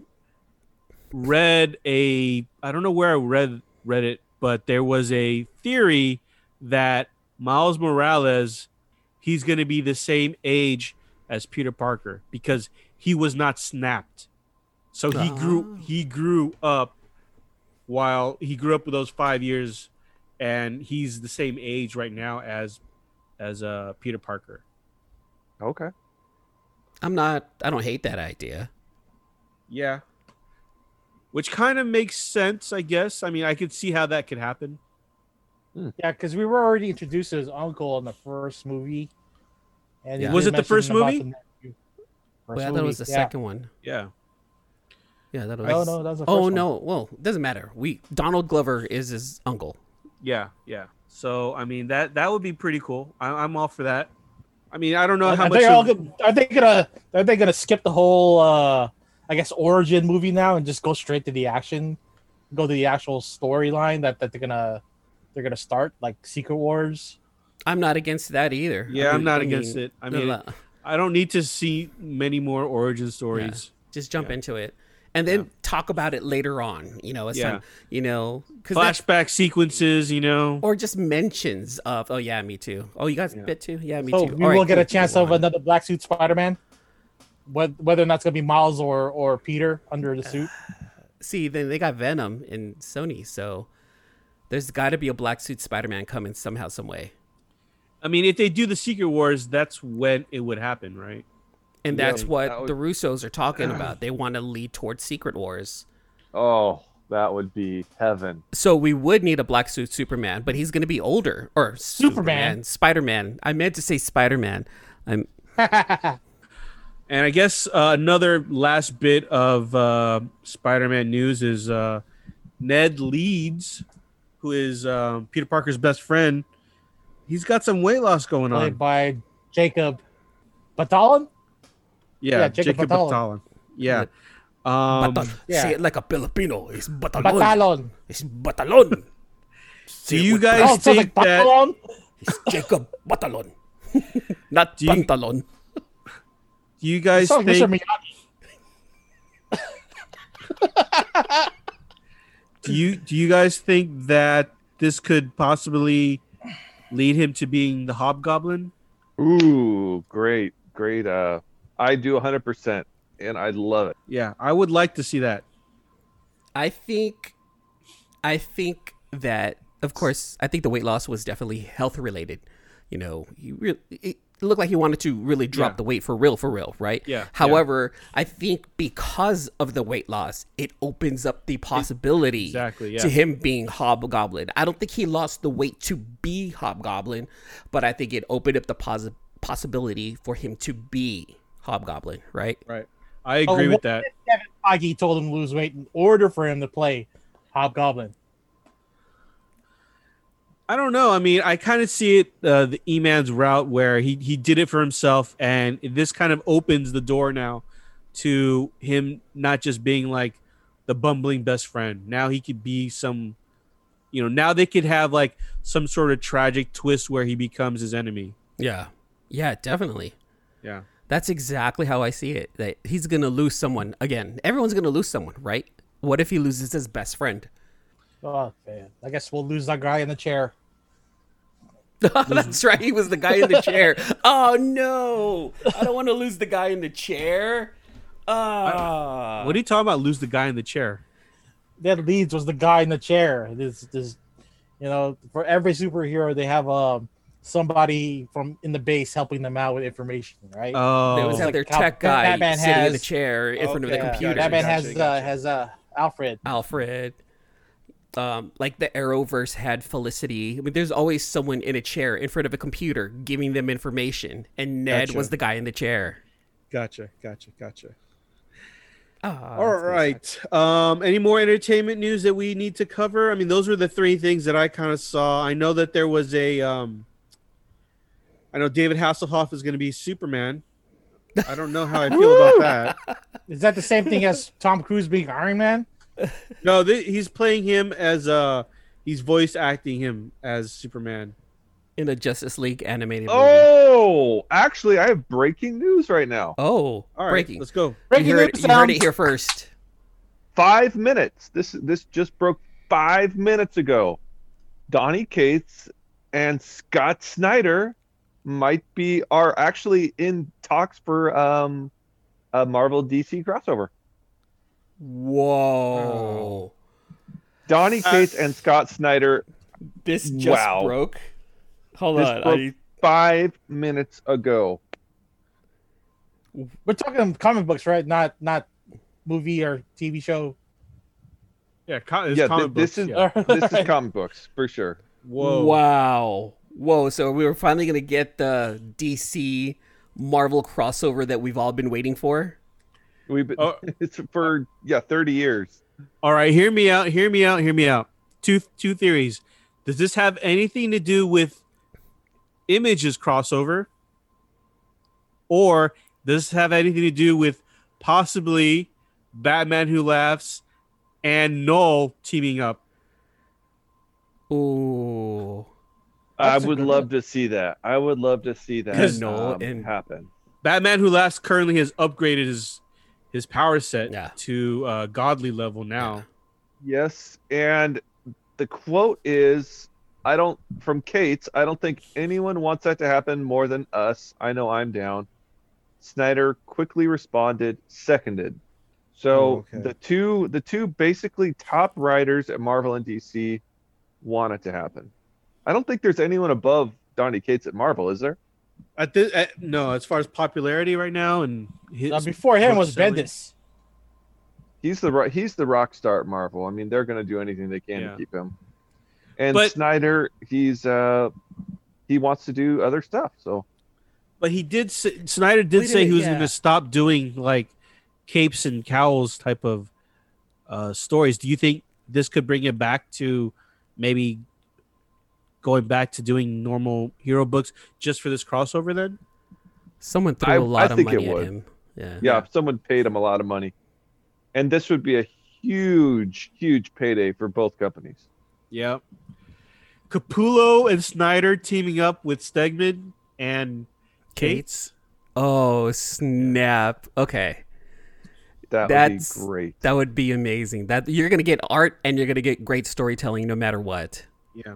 A: read a I don't know where I read read it, but there was a theory that Miles Morales he's going to be the same age as Peter Parker because he was not snapped. So he grew
B: Ah.
A: he grew up while he grew up with those 5 years and he's the same age right now as as uh Peter Parker.
C: Okay.
B: I'm not. I don't hate that idea.
A: Yeah. Which kind of makes sense, I guess. I mean, I could see how that could happen.
D: Yeah, because we were already introduced to his uncle in the first movie. And he
B: Yeah.
A: Was
D: did
A: it the first
D: mention about
A: movie?
D: the nephew. First
B: well, that
D: movie,
B: was the
D: yeah.
B: second one.
A: Yeah.
B: Yeah, that was.
D: No, no, that was the first
B: oh
D: one.
B: no! Well, it doesn't matter. We Donald Glover is his uncle.
A: Yeah. Yeah. So, I mean, that that would be pretty cool. I, I'm all for that. I mean, I don't know how
D: are,
A: much.
D: they all
A: Of,
D: gonna, are they gonna are they gonna skip the whole uh I guess origin movie now and just go straight to the action, go to the actual storyline that, that they're gonna they're gonna start like Secret Wars.
B: I'm not against that either.
A: yeah, I'm not against it. I mean,
B: la-
A: I don't need to see many more origin stories.
B: just jump into it and then talk about it later on you know as
A: Yeah.
B: time you know 'cause that's-
A: Flashback sequences, you know.
B: or just mentions of oh yeah me too oh you guys bit too yeah me
D: so
B: too
D: we
B: All right,
D: will get
B: cool,
D: a chance
B: cool,
D: of
B: on.
D: another black suit Spider Man. Whether or not it's gonna be Miles or or Peter under the suit.
B: see then they got venom in sony so there's got to be a black suit spider-man coming somehow some way
A: I mean, if they do the Secret Wars, that's when it would happen, right?
B: and
C: Yeah,
B: that's what
C: that would-
B: the russos are talking about they want to lead towards secret wars
C: Oh, That would be heaven.
B: So we would need a black suit Superman, but he's going to be older or Superman,
D: Superman.
B: Spider Man. I meant to say Spider Man. I'm Uh,
D: [laughs]
A: And I guess uh, another last bit of uh, Spider-Man news is uh, Ned Leeds, who is um Peter Parker's best friend. He's got some weight loss going
D: Played
A: on.
D: by Jacob Batalon.
A: Yeah,
D: yeah,
A: Jacob,
D: Jacob
A: Batalon.
D: Batalon.
A: Yeah. Um,
B: Batal-
D: yeah.
B: Say it like a Filipino. It's batalon.
D: Batalon.
B: It's batalon. Say
A: Do
B: it
A: you
B: with-
A: guys-
D: Oh, it sounds like
A: think that-
D: Batalon.
B: It's Jacob Batalon. [laughs] Not
A: Do you-
B: pantalon.
A: do you
D: It
A: guys
D: sounds like Mr.
A: think?
D: Miyagi.
A: Do you do you guys think that this could possibly lead him to being the Hobgoblin?
C: Ooh, great, great. Uh, I do 100%, and I love it.
A: Yeah, I would like to see that.
B: I think, I think that of course, I think the weight loss was definitely health related. You know, he really it looked like he wanted to really drop
A: Yeah.
B: the weight for real, for real, right?
A: Yeah, yeah.
B: However, I think because of the weight loss, it opens up the possibility
A: exactly, yeah.
B: to him being hobgoblin. I don't think he lost the weight to be hobgoblin, but I think it opened up the pos- possibility for him to be hobgoblin, right?
A: Right. I
D: Oh,
A: agree with
D: what
A: that.
D: Kevin Feige told him to lose weight in order for him to play Hobgoblin.
A: I don't know. I mean, I kind of see it uh, the E Man's route where he, he did it for himself, and this kind of opens the door now to him not just being like the bumbling best friend. Now he could be some, you know, now they could have like some sort of tragic twist where he becomes his enemy.
B: Yeah. Yeah, definitely.
A: Yeah.
B: That's exactly how I see it. That he's gonna lose someone again. Everyone's gonna lose someone, right? What if he loses his best friend? [laughs]
D: Oh man, I guess we'll lose that guy in the chair.
B: That's right. He was the guy in the
D: [laughs]
B: chair. Oh no! I don't want to lose the guy in the chair. Uh,
A: What are you talking about? Lose the guy in the chair.
D: Ned Leeds was the guy in the chair. This, this, you know, for every superhero, they have um somebody from in the base helping them out with information, right?
A: Oh,
B: they always have
D: like
B: their
D: how
B: tech guy
D: Batman
B: sitting in
D: has-
B: the chair in front of the
D: Okay,
B: computer.
D: Batman
A: Gotcha,
D: has uh,
A: gotcha.
D: has uh, Alfred.
B: Alfred. Um, like the Arrowverse had Felicity. I mean, there's always someone in a chair in front of a computer giving them information, and Ned
A: Gotcha.
B: was the guy in the chair.
A: gotcha, gotcha, gotcha.
B: Ah,
A: All
B: that's nice.
A: right. Um, any more entertainment news that we need to cover? I mean, those were the three things that I kind of saw. I know that there was a. Um, I know David Hasselhoff is going to be Superman. I don't know how I feel about that.
D: Is that the same thing as Tom Cruise being Iron Man?
A: No, th- he's playing him as uh he's voice acting him as Superman.
B: in a Justice League animated movie. Oh,
C: Oh, actually, I have breaking news right now.
A: All right,
B: breaking.
A: let's go.
B: you, heard,
D: news,
B: you heard
D: um,
B: it here first.
C: Five minutes. This this just broke five minutes ago. Donnie Cates and Scott Snyder might be are actually in talks for um a Marvel DC crossover.
B: Whoa.
C: Donnie
A: Uh,
C: Cates and Scott Snyder
B: This just
C: Wow.
B: broke. Hold
C: This
B: on.
C: broke-
B: I,
C: five minutes ago.
D: We're talking comic books, right? Not not movie or TV show. Uh,
A: Yeah, co-
C: Yeah, thi- this is
D: [laughs]
A: [laughs]
C: this is comic books for sure.
A: Whoa.
B: Wow. Whoa. So we were finally going to get the DC Marvel crossover that we've all been waiting for.
C: We've been,
A: Oh.
C: [laughs] it's for yeah thirty years.
A: All right, hear me out. Hear me out. Hear me out. Two two theories. Does this have anything to do with images crossover, or does this have anything to do with possibly Batman Who Laughs and Null teaming up?
B: Ooh.
D: That's
C: I
D: a
C: would
D: good
C: love to see that. I would love to see that
B: Because- No,
C: um,
B: and-
C: happen.
A: Batman Who Laughs currently has upgraded his his power set
B: Yeah.
A: to uh, godly level now.
C: Yes, and the quote is I don't from Kate's, I don't think anyone wants that to happen more than us. I know I'm down. Snyder quickly responded, seconded. So
A: Oh, okay.
C: the two the two basically top writers at Marvel and DC want it to happen. I don't think there's anyone above Donnie Cates at Marvel, is there?
A: At this, at, no, as far as popularity right now and his,
D: Uh, before him was
A: Selling.
D: Bendis.
C: He's the ro- he's the rock star at Marvel. I mean, they're going to do anything they can
A: Yeah.
C: to keep him. And
A: But-
C: Snyder, he's uh, he wants to do other stuff. So
A: But he did. Say, Snyder did
B: Wait a
A: say he
B: minute,
A: was
B: yeah.
A: going to stop doing like capes and cowls type of uh, stories. Do you think this could bring it back to maybe going back to doing normal hero books just for this crossover? Then
B: Someone threw
C: I-
B: a lot
C: I
B: of
C: think it
B: money at
C: would.
B: him. Yeah.
C: yeah, if someone paid him a lot of money, and this would be a huge, huge payday for both companies.
A: Yeah. Capullo and Snyder teaming up with Stegman and
B: Kate's. Oh snap! Okay,
C: That
B: That's-
C: would be great.
B: that would be amazing. That you're gonna get art and you're gonna get great storytelling no matter what.
A: yeah.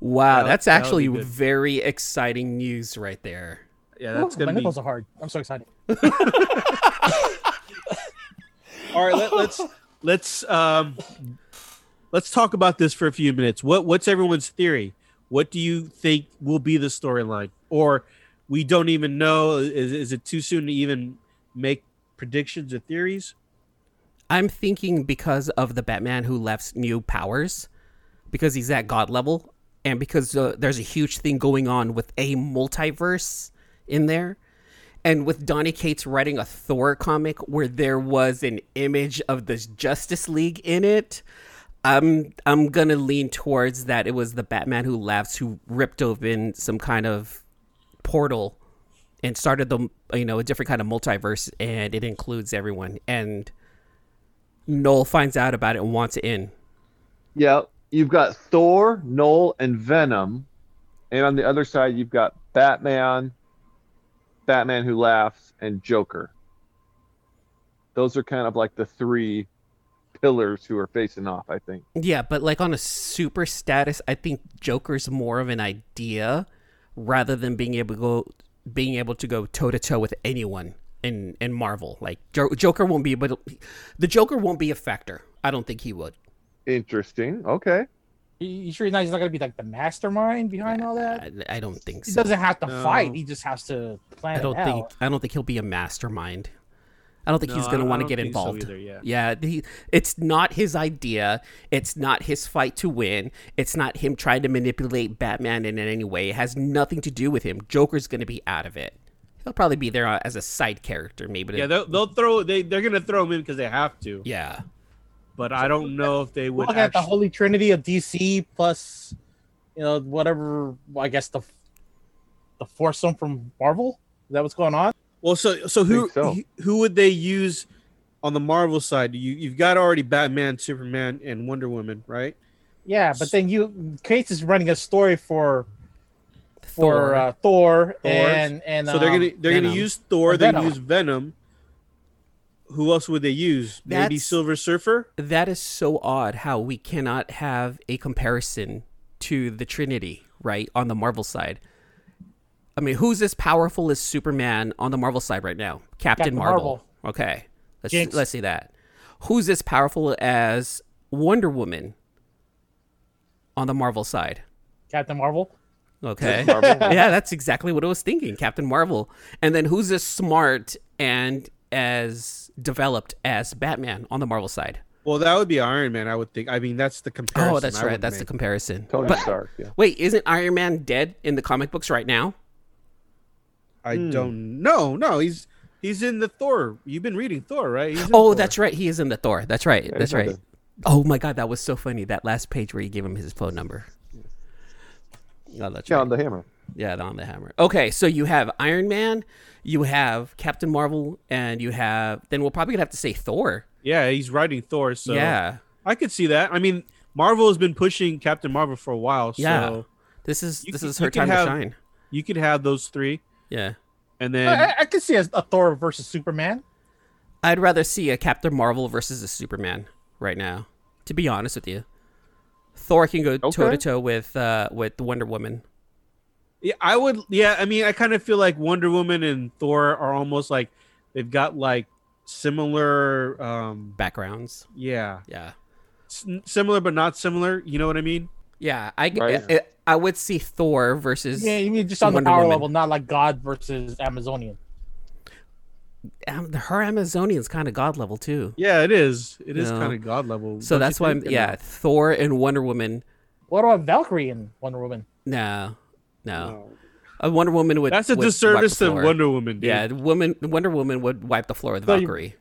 B: Wow,
A: That-
B: that's
A: that would
B: actually
A: be good.
B: very exciting news right there.
A: Yeah,
D: Ooh,
A: that's
D: my
A: gonna be
D: nipples are hard. I'm so excited.
A: all right. Let,
B: [laughs]
A: let's let's um, let's talk about this for a few minutes. What what's everyone's theory? What do you think will be the storyline, or we don't even know? Is, is it too soon to even make predictions or theories?
B: I'm thinking because of the Batman who left new powers, because he's at god level, and because uh, there's a huge thing going on with a multiverse in there, and with Donny Cates writing a Thor comic where there was an image of the Justice League in it. I'm I'm gonna lean towards that it was the Batman who laughs who ripped open some kind of portal and started the you know a different kind of multiverse and it includes everyone and Noel finds out about it and wants it in.
C: Yeah, you've got Thor, Null, and Venom, and on the other side you've got Batman, Batman Who Laughs, and Joker. Those are kind of like the three pillars who are facing off. I think.
B: Yeah, but like on a super status, I think Joker's more of an idea rather than being able to go being able to go toe to toe with anyone in in Marvel. Like jo- Joker won't be, but the Joker won't be a factor. I don't think he would.
C: Interesting. [laughs] Okay.
D: You, you sure he's not, he's not going to be like the mastermind behind all that?
B: I, I don't think
D: He
B: so.
D: doesn't have to
A: No.
D: fight. He just has to plan
B: I don't
D: it out.
B: think I don't think he'll be a mastermind. I don't think
A: No,
B: he's
A: I
B: going to
A: don't- I
B: want
A: don't
B: to get
A: think so
B: involved.
A: either,
B: [laughs]
A: yeah.
B: yeah he, it's not his idea. It's not his fight to win. It's not him trying to manipulate Batman in any way. It has nothing to do with him. Joker's going to be out of it. He'll probably be there uh, as a side character, maybe. to-
A: Yeah, they'll, they'll throw they they're gonna throw him in because they have to.
B: yeah.
A: But I don't know if they
D: We're
A: would.
D: looking at the
A: actually-
D: holy trinity of DC plus, you know, whatever. well, I guess the the foursome from Marvel. Is that what's going on?
A: Well, so so who
C: Think so.
A: who- who would they use on the Marvel side? You you've got already Batman, Superman, and Wonder Woman, right?
D: Yeah, but then you Kate is running a story for for
B: Thor.
D: Uh, Thor
A: Thor.
D: and and
A: so they're
D: um,
A: gonna they're
B: Venom.
A: gonna use Thor.
D: Or
A: They
D: Venom.
A: use Venom. Who else would they use? Maybe
B: That's-
A: Silver Surfer.
B: that is so odd how we cannot have a comparison to the Trinity, right, on the Marvel side. I mean, who's as powerful as Superman on the Marvel side right now? Captain,
D: Captain
B: Marvel. Okay. Let's
D: Jinx.
B: let's say that. Who's as powerful as Wonder Woman on the Marvel side?
D: Captain Marvel.
B: Okay.
C: Marvel.
B: [laughs] yeah, that's exactly what I was thinking, Captain Marvel. And then who's as smart and as developed as Batman on the Marvel side?
A: Well, that would be Iron Man. I would think. I mean, that's the comparison.
B: Oh, that's
A: I
B: right.
A: would
B: That's the
A: make.
B: comparison.
C: Tony
B: But-
C: Stark. Yeah.
B: Wait, isn't Iron Man dead in the comic books right now?
A: I don't know. No, he's he's in the Thor. You've been reading Thor, right? He's in
B: Oh,
A: Thor.
B: that's right. He is in the Thor. That's right. that's
C: he's
B: right.
C: not dead.
B: Oh my god, that was so funny. That last page where he gave him his phone number. Oh, that's
C: John
B: right.
C: the [laughs] Hammer.
B: yeah, on the hammer. Okay, so you have Iron Man, you have Captain Marvel, and you have then we're probably gonna have to say Thor.
A: Yeah, he's writing Thor. So
B: yeah,
A: I could see that. I mean, Marvel has been pushing Captain Marvel for a while. So
B: yeah. This is
A: You
B: this
A: could-
B: is
A: you
B: her
A: could
B: time
A: have-
B: to shine.
A: you could have those three,
B: Yeah,
A: and
D: I-
A: then
D: I, I could see as a Thor versus Superman.
B: I'd rather see a Captain Marvel versus a Superman right now. To be honest with you, Thor can go
C: Okay.
B: toe to toe with uh, with Wonder Woman.
A: Yeah, I would. Yeah, I mean, I kind of feel like Wonder Woman and Thor are almost like they've got like similar. um
B: backgrounds.
A: Yeah,
B: Yeah.
A: S- similar but not similar. You know what I mean?
B: Yeah, I,
C: Right.
B: I, I would see Thor versus
D: Yeah, you mean just on
B: Wonder
D: the power
B: Woman.
D: level, not like God versus Amazonian.
B: um, her Amazonian's kind of god level too.
A: Yeah, it is. It is
B: No.
A: kind of god level.
B: So
A: don't you
B: that's why I'm,
A: think? And
B: yeah, Thor and Wonder Woman.
D: What about Valkyrie and Wonder Woman?
B: No, no,
A: No.
B: a Wonder Woman would.
A: That's a
B: would wipe the
A: disservice to
B: floor.
A: Wonder Woman. Dude.
B: Yeah, the woman Wonder Woman would wipe the floor with
D: So you-
B: Valkyrie.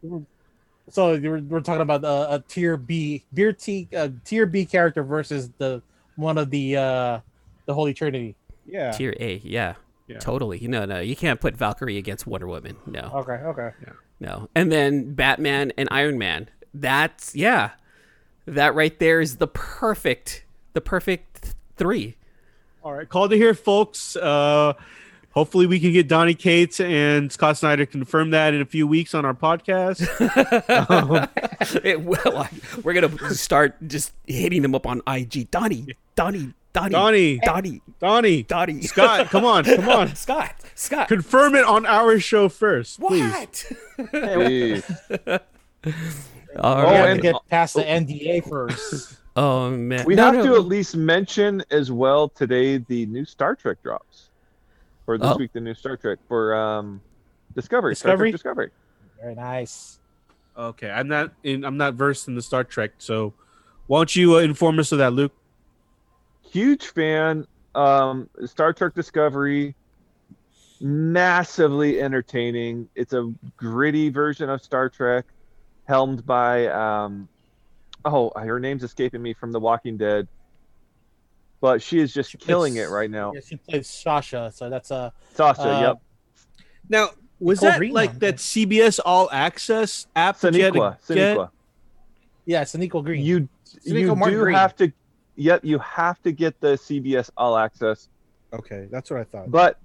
D: So you were, we're talking about uh, a tier B, beer T, uh, tier B character versus the one of the uh, the Holy Trinity.
A: yeah.
B: Tier A, yeah,
A: Yeah.
B: totally. No, no, you can't put Valkyrie against Wonder Woman. No,
D: Okay, okay.
B: no. And then Batman and Iron Man. That's yeah, that right there is the perfect, the perfect th- three. [laughs]
A: All right, call to here, folks. Uh, hopefully, we can get Donnie Cates and Scott Snyder to confirm that in a few weeks on our
B: [laughs]
A: podcast.
B: It will. we're gonna start just hitting them up on IG. Donnie, Donnie, Donnie,
A: Donnie.
B: Donnie,
A: Donnie,
B: Donnie. [laughs]
A: Scott, come on, come on,
B: Scott, Scott.
A: confirm it on our show first, please.
B: what?
C: Jeez.
B: All
D: We
C: Oh,
D: have
B: right.
D: to
C: and-
D: get past the NDA first. [laughs]
B: oh man,
C: We
B: No,
C: have
B: no,
C: to at least mention as well today the new Star Trek drops, or this
B: Oh.
C: week the new Star Trek for um, Discovery.
D: Discovery?
C: Star Trek Discovery.
D: Very nice.
A: Okay, I'm not in. I'm not versed in the Star Trek, so why don't you uh, inform us of that, Luke?
C: Huge fan. Um, Star Trek Discovery. Massively entertaining. It's a gritty version of Star Trek, helmed by um, oh, her name's escaping me from The Walking Dead, but she is just
D: She plays-
C: killing it right now.
D: Yeah, she plays Sasha, so that's a
C: Sasha,
D: Uh,
C: yep.
A: Now, was
D: Nicole
A: that
D: Green
A: like that
D: on there.
A: CBS All Access app? that you had to
C: Sonequa.
A: get?
C: Sonequa.
D: yeah, it's an equal green.
C: You
D: Sonequa
C: you
D: Martin
C: do
D: Green.
C: have to. Yep, you have to get the CBS All Access.
A: Okay, that's what I thought.
C: But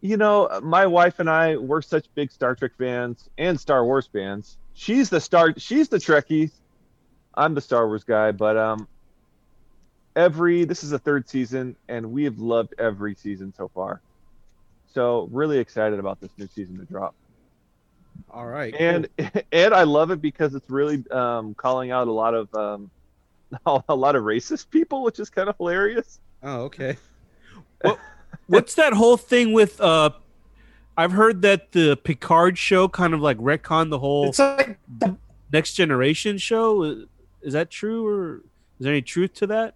C: you know, my wife and I we're such big Star Trek fans and Star Wars fans. She's the star. She's the Trekkie. I'm the Star Wars guy. But um, every this is the third season, and we have loved every season so far. So really excited about this new season to drop.
A: All right,
C: and [laughs] and I love it because it's really um, calling out a lot of um, [laughs] a lot of racist people, which is kind of hilarious.
A: cool. oh, okay. What, what's that whole thing with? uh I've heard that the Picard show kind of like retcon the whole
D: it's like the,
A: Next Generation show. Is that true, or is there any truth to that?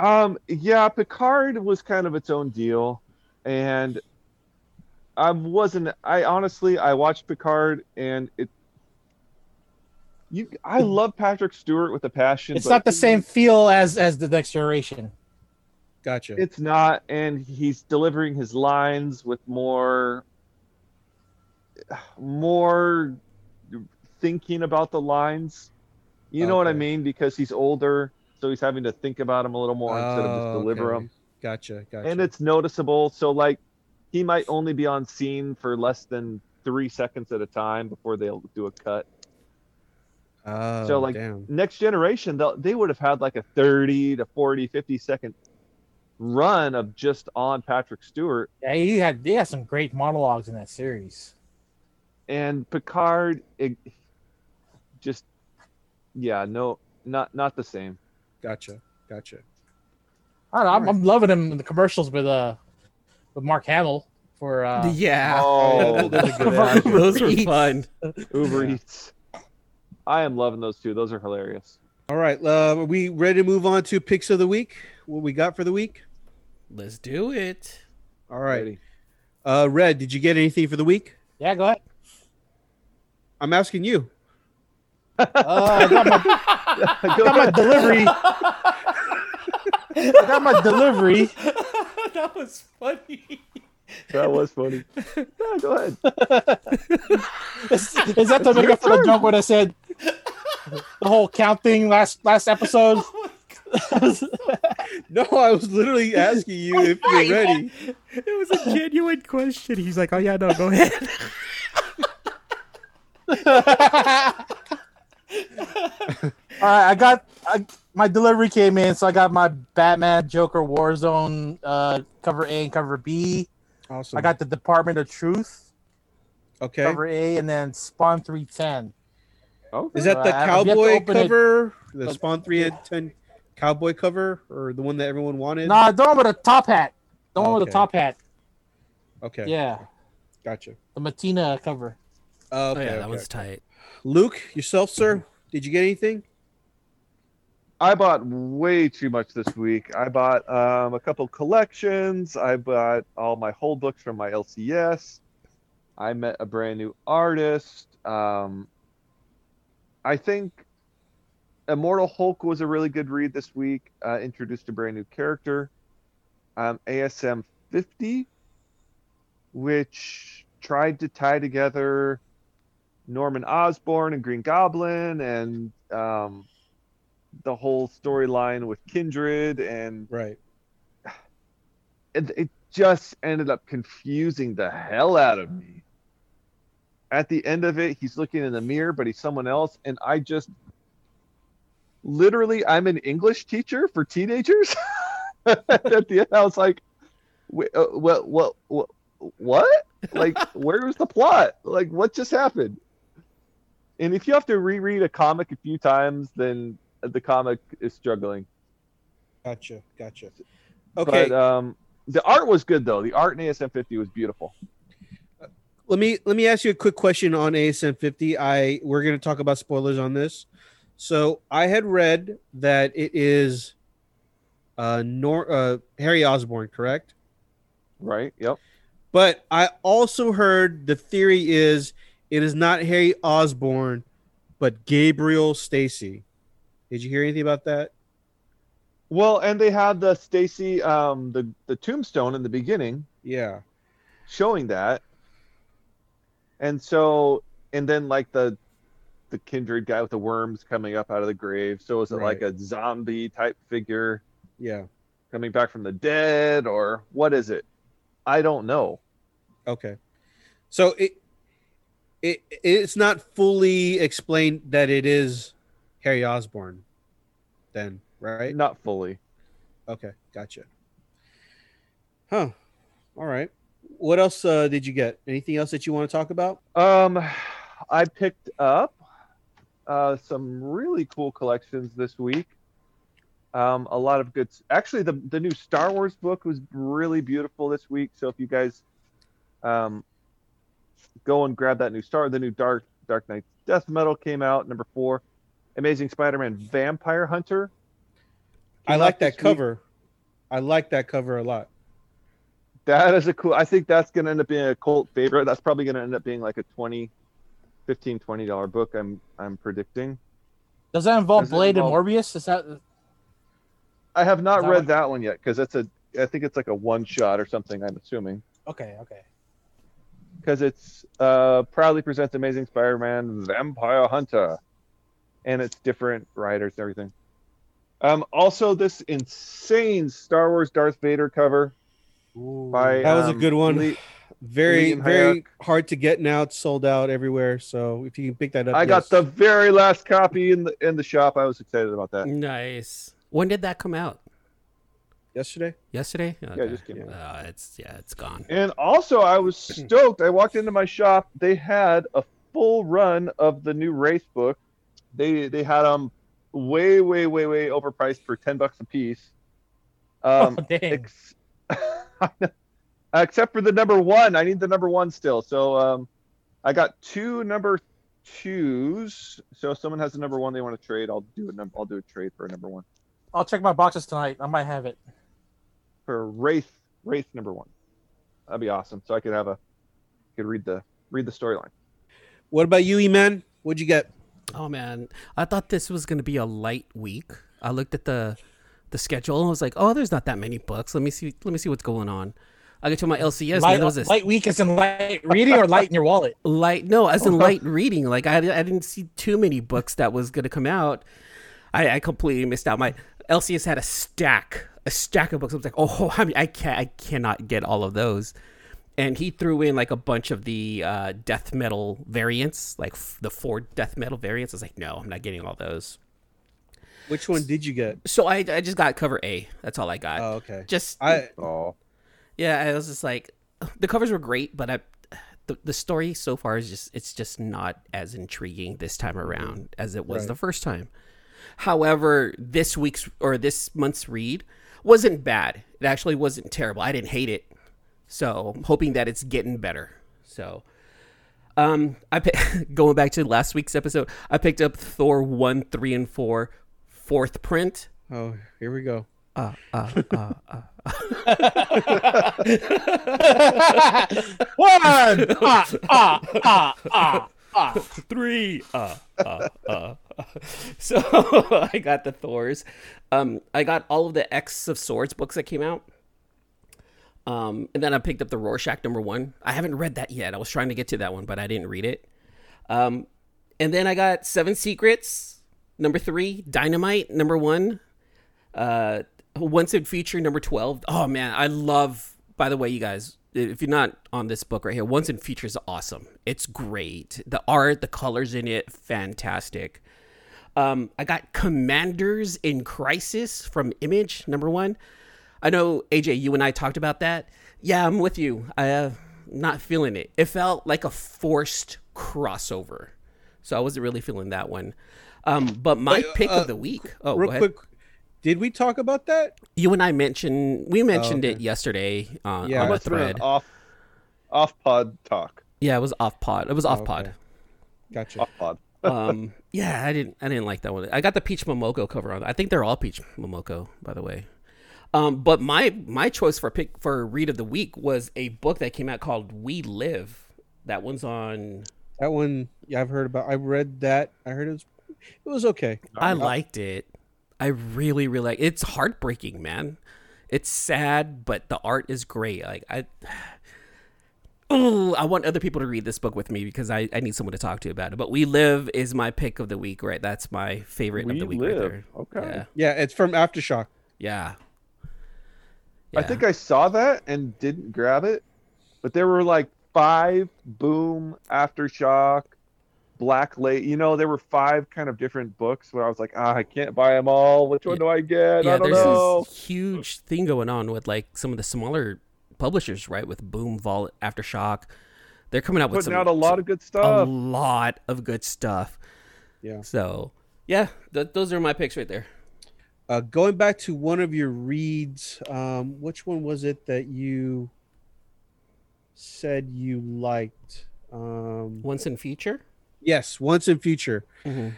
C: Um, yeah, Picard was kind of its own deal, and I wasn't. I honestly, I watched Picard, and it. You, I love Patrick Stewart with a passion.
D: it's
C: but
D: not the same feel as as the Next Generation.
A: Gotcha.
C: It's not, and he's delivering his lines with more, more thinking about the lines. You know what I
A: Okay.
C: mean? Because he's older, so he's having to think about them a little more instead of just
D: Oh,
C: deliver them.
A: Gotcha. Gotcha.
C: And it's noticeable. So like, he might only be on scene for less than three seconds at a time before they'll do a cut.
A: Oh.
C: so, like-
A: damn.
C: Next generation, they'll- they would have had like a thirty to 40, 50 second run of just on Patrick Stewart.
D: Yeah, he had he had some great monologues in that series.
C: and Picard it, just yeah no not not the same
A: [laughs] Gotcha. Gotcha.
D: I don't know, I'm, I'm loving him in the commercials with uh with Mark Hamill for uh
C: [laughs]
B: yeah.
C: oh
A: that's a good
C: gosh.
A: idea.
B: Those were fun.
C: Uber
A: Yeah.
C: Eats I am loving those two those are hilarious
A: All right. Uh, are we ready to move on to picks of the week? What we got for the week?
B: Let's do it.
A: All right.
C: Ready.
A: Uh, Red, did you get anything for the week?
D: yeah,
B: [laughs]
D: go ahead.
A: I'm asking you. [laughs]
D: Uh, I got my, I
C: Go
D: got my
C: ahead.
D: delivery. I got my delivery.
B: that was funny.
C: that was funny yeah, go ahead
D: Is, is that to make up for the joke when
B: [laughs]
D: I said the whole count thing last last
B: [laughs]
D: episode?
A: No, I was
D: [laughs]
A: literally asking you if you're ready.
B: It was a genuine question. He's like, "Oh yeah, no, go ahead." Oh
D: [laughs] All right, I got I, my delivery came in, so I got my Batman Joker Warzone uh, cover A and cover B.
A: Awesome.
D: I got the Department of Truth
A: okay.
D: cover A, and then Spawn three ten.
C: oh
A: Is that the
D: Uh, I've yet to
A: cowboy
D: open it.
A: cover, the Spawn three and ten cowboy cover, or the one that everyone wanted?
D: Nah, the one with the top hat. The one with
A: Okay.
D: the top hat.
A: Okay.
D: Yeah.
E: Gotcha.
D: The Matina cover.
E: Uh, okay,
B: oh yeah, that Mm-hmm.
E: okay.
B: one's tight.
E: Luke, yourself, sir. Did you get anything?
C: I bought way too much this week. I bought um, a couple collections. I bought all my whole books from my LCS. I met a brand new artist. Um, I think Immortal Hulk was a really good read this week. Uh, introduced a brand new character, um, ASM 50, which tried to tie together Norman Osborn and Green Goblin and um, the whole storyline with Kindred and
E: Right.
C: it, it just ended up confusing the hell out of me. At the end of it, he's looking in the mirror, but he's someone else, and I just literally I'm an English teacher for teenagers. [laughs] At the end, I was like, "Wait, uh, "What? What? What? What? Like, where was the plot? Like, what just happened?" And if you have to reread a comic a few times, then the comic is struggling.
E: Gotcha. Gotcha. Okay.
C: But um, the art was good though. The art in ASM 50 was beautiful.
E: let me let me ask you a quick question on ASM 50. I we're going to talk about spoilers on this. So I had read that it is uh, Nor- uh Harry Osborne, correct?
C: Right? Yep.
E: But I also heard the theory is it is not Harry Osborne, but Gabriel Stacy. Did you hear anything about that?
C: Well, and they had the Stacy, um, the the tombstone in the beginning
E: Yeah.
C: showing that, and so and then like the the kindred guy with the worms coming up out of the grave. So is it like a zombie type figure
E: Yeah.
C: coming back from the dead, or what is it? I don't know.
E: Okay. So it it it's not fully explained that it is Harry Osborne then, right?
C: Not fully.
E: Okay, gotcha. Huh. All right. What else uh, did you get? Anything else that you want to talk about?
C: Um, I picked up uh, some really cool collections this week. Um, a lot of good. Actually, the the new Star Wars book was really beautiful this week. So if you guys um, go and grab that new Star, the new Dark Dark Knight Death Metal came out number four. Amazing Spider-Man Vampire Hunter.
E: I
C: came
E: like
C: out
E: that
C: this week.
E: cover. I like that cover a lot.
C: That is a cool. I think that's going to end up being a cult favorite. That's probably going to end up being like a 20 15 20 dollar book. I'm I'm predicting.
D: Does that involve
C: Does it
D: Blade
C: involve-
D: and Morbius? Is that
C: I have
D: Is
C: not
D: that
C: read
D: what-
C: that one yet because that's a. I think it's like a one shot or something. I'm assuming
D: okay? Okay.
C: because it's uh, proudly presents Amazing Spider-Man Vampire Hunter, and it's different writers and everything. Um, also this insane Star Wars Darth Vader cover
D: Ooh.
C: by
E: That was a
C: um,
E: good one. [laughs]
C: Lee-
E: Very,
C: Liam
E: very hard to get now. It's sold out everywhere. So if you can pick that up,
C: I
E: yes.
C: got the very last copy in the in the shop. I was excited about that.
B: Nice. When did that come out?
E: yesterday.
B: Yesterday?
C: Yeah, it just came out.
B: Uh, it's yeah, it's gone.
C: And also, I was
D: Hmm.
C: stoked. I walked into my shop. They had a full run of the new race book. They they had them way, way, way, way overpriced for ten bucks a piece. Um,
D: [laughs] oh, dang.
C: ex- [laughs] except for the number one. I need the number one still. So um, I got two number twos. So if someone has a number one they want to trade, I'll do a num- I'll do a trade for a number one
D: I'll check my boxes tonight. I might have it.
C: for Wraith Wraith number one. That'd be awesome. So I could have a could read the read the storyline.
E: What about you, E-Man? What'd you get?
B: Oh man, I thought this was gonna be a light week. I looked at the the schedule and was like, oh, there's not that many books. Let me see. Let me see what's going on. I get to my LCS.
D: light,
B: man, there was this
D: light week is in light reading or light in your wallet. [laughs]
B: light no as in light reading like I, I didn't see too many books that was going to come out I, I completely missed out my lcs had a stack a stack of books i was like oh [laughs] i mean i can't i cannot get all of those and he threw in like a bunch of the uh, death metal variants like f- the four death metal variants i was like no i'm not getting all those
E: Which one did you get?
B: so i, I just got cover a that's all i got
E: Oh, okay.
B: just
E: I
C: Oh,
B: yeah i was just like the covers were great but i the, the story so far is just it's just not as intriguing this time around as it was
E: Mm-hmm. Right.
B: the first time however this week's or this month's read wasn't bad it actually wasn't terrible i didn't hate it so i'm hoping that it's getting better So, um, I pi- [laughs] going back to last week's episode, I picked up Thor one, three, and four, fourth print.
E: Oh, here we go.
B: Uh, uh, uh, uh. [laughs]
D: One, ah, ah, ah, ah, ah.
B: three. Uh, uh, uh. [laughs] So [laughs] I got the Thors. Um, I got all of the X of Swords books that came out. Um, and then I picked up the Rorschach number one. I haven't read that yet. I was trying to get to that one, but I didn't read it. Um, and then I got Seven Secrets number three, Dynamite number one, uh, Once in Future number twelve. Oh man, I love. By the way, you guys, if you're not on this book right here, Once in Future is awesome. It's great. The art, the colors in it, fantastic. Um, I got Commanders in Crisis from Image number one. I know AJ, you and I talked about that. Yeah, I'm with you. I uh, not feeling it. It felt like a forced crossover, so I wasn't really feeling that one. Um, but my
E: Wait,
B: pick
E: uh,
B: of the week. Oh, go
E: Real
B: ahead.
E: quick, did we talk about that?
B: You and I mentioned we mentioned
E: Oh, okay.
B: it yesterday uh,
E: Yeah.
B: on the
E: Must
C: Must've been an
B: thread.
C: off, off pod talk.
B: Yeah, it was off pod. It was off pod.
E: okay.
B: Uh,
E: Gotcha.
C: Off pod.
E: [laughs]
B: um yeah i didn't i didn't like that one i got the peach momoko cover on i think they're all peach momoko by the way um but my my choice for pick for read of the week was a book that came out called we live that one's on
E: That one, yeah, I've heard about. I read that. I heard it was, it was okay.
B: i liked it i really really like it's heartbreaking man it's sad but the art is great like i [sighs] Ooh, I want other people to read this book with me because I, I need someone to talk to about it. But We Live is my pick of the week, right? That's my favorite of
C: We
B: the week right
C: live.
B: there.
C: Okay.
B: Yeah.
E: Yeah, it's from Aftershock.
B: Yeah.
C: I think I saw that and didn't grab it, but there were like five boom aftershock, black late. You know, there were five kind of different books where I was like, ah, I can't buy them all. Which one
B: Yeah.
C: do I get?
B: yeah,
C: I don't
B: there's
C: know.
B: this huge thing going on with like some of the smaller publishers, right? With Boom, Vault, Aftershock, they're coming out with
C: Putting
B: some,
C: out a lot of good
B: a
C: stuff.
B: lot of good stuff.
E: Yeah.
B: So yeah, th- those are my picks right there.
E: Uh, going back to one of your reads, um, which one was it that you said you liked? Um,
B: Once in future.
E: yes, Once in Future.
B: Mm-hmm.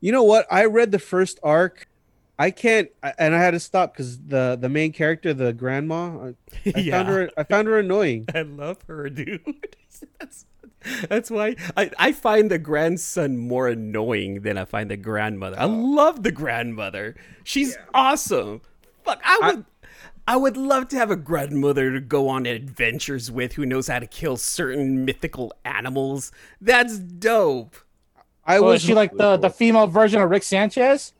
E: You know what? I read the first arc. I can't, I- and I had to stop because the the main character, the grandma, I,
B: [laughs]
E: I
B: yeah,
E: found her. I found her annoying.
B: [laughs] I love her, dude. [laughs] that's that's why I, I find the grandson more annoying than I find the grandmother. I love the grandmother. She's awesome. Fuck, I would I, would love to have a grandmother to go on adventures with who knows how to kill certain mythical animals. That's dope.
E: I
D: Was
E: was
D: Oh, she like the, the female version of Rick Sanchez?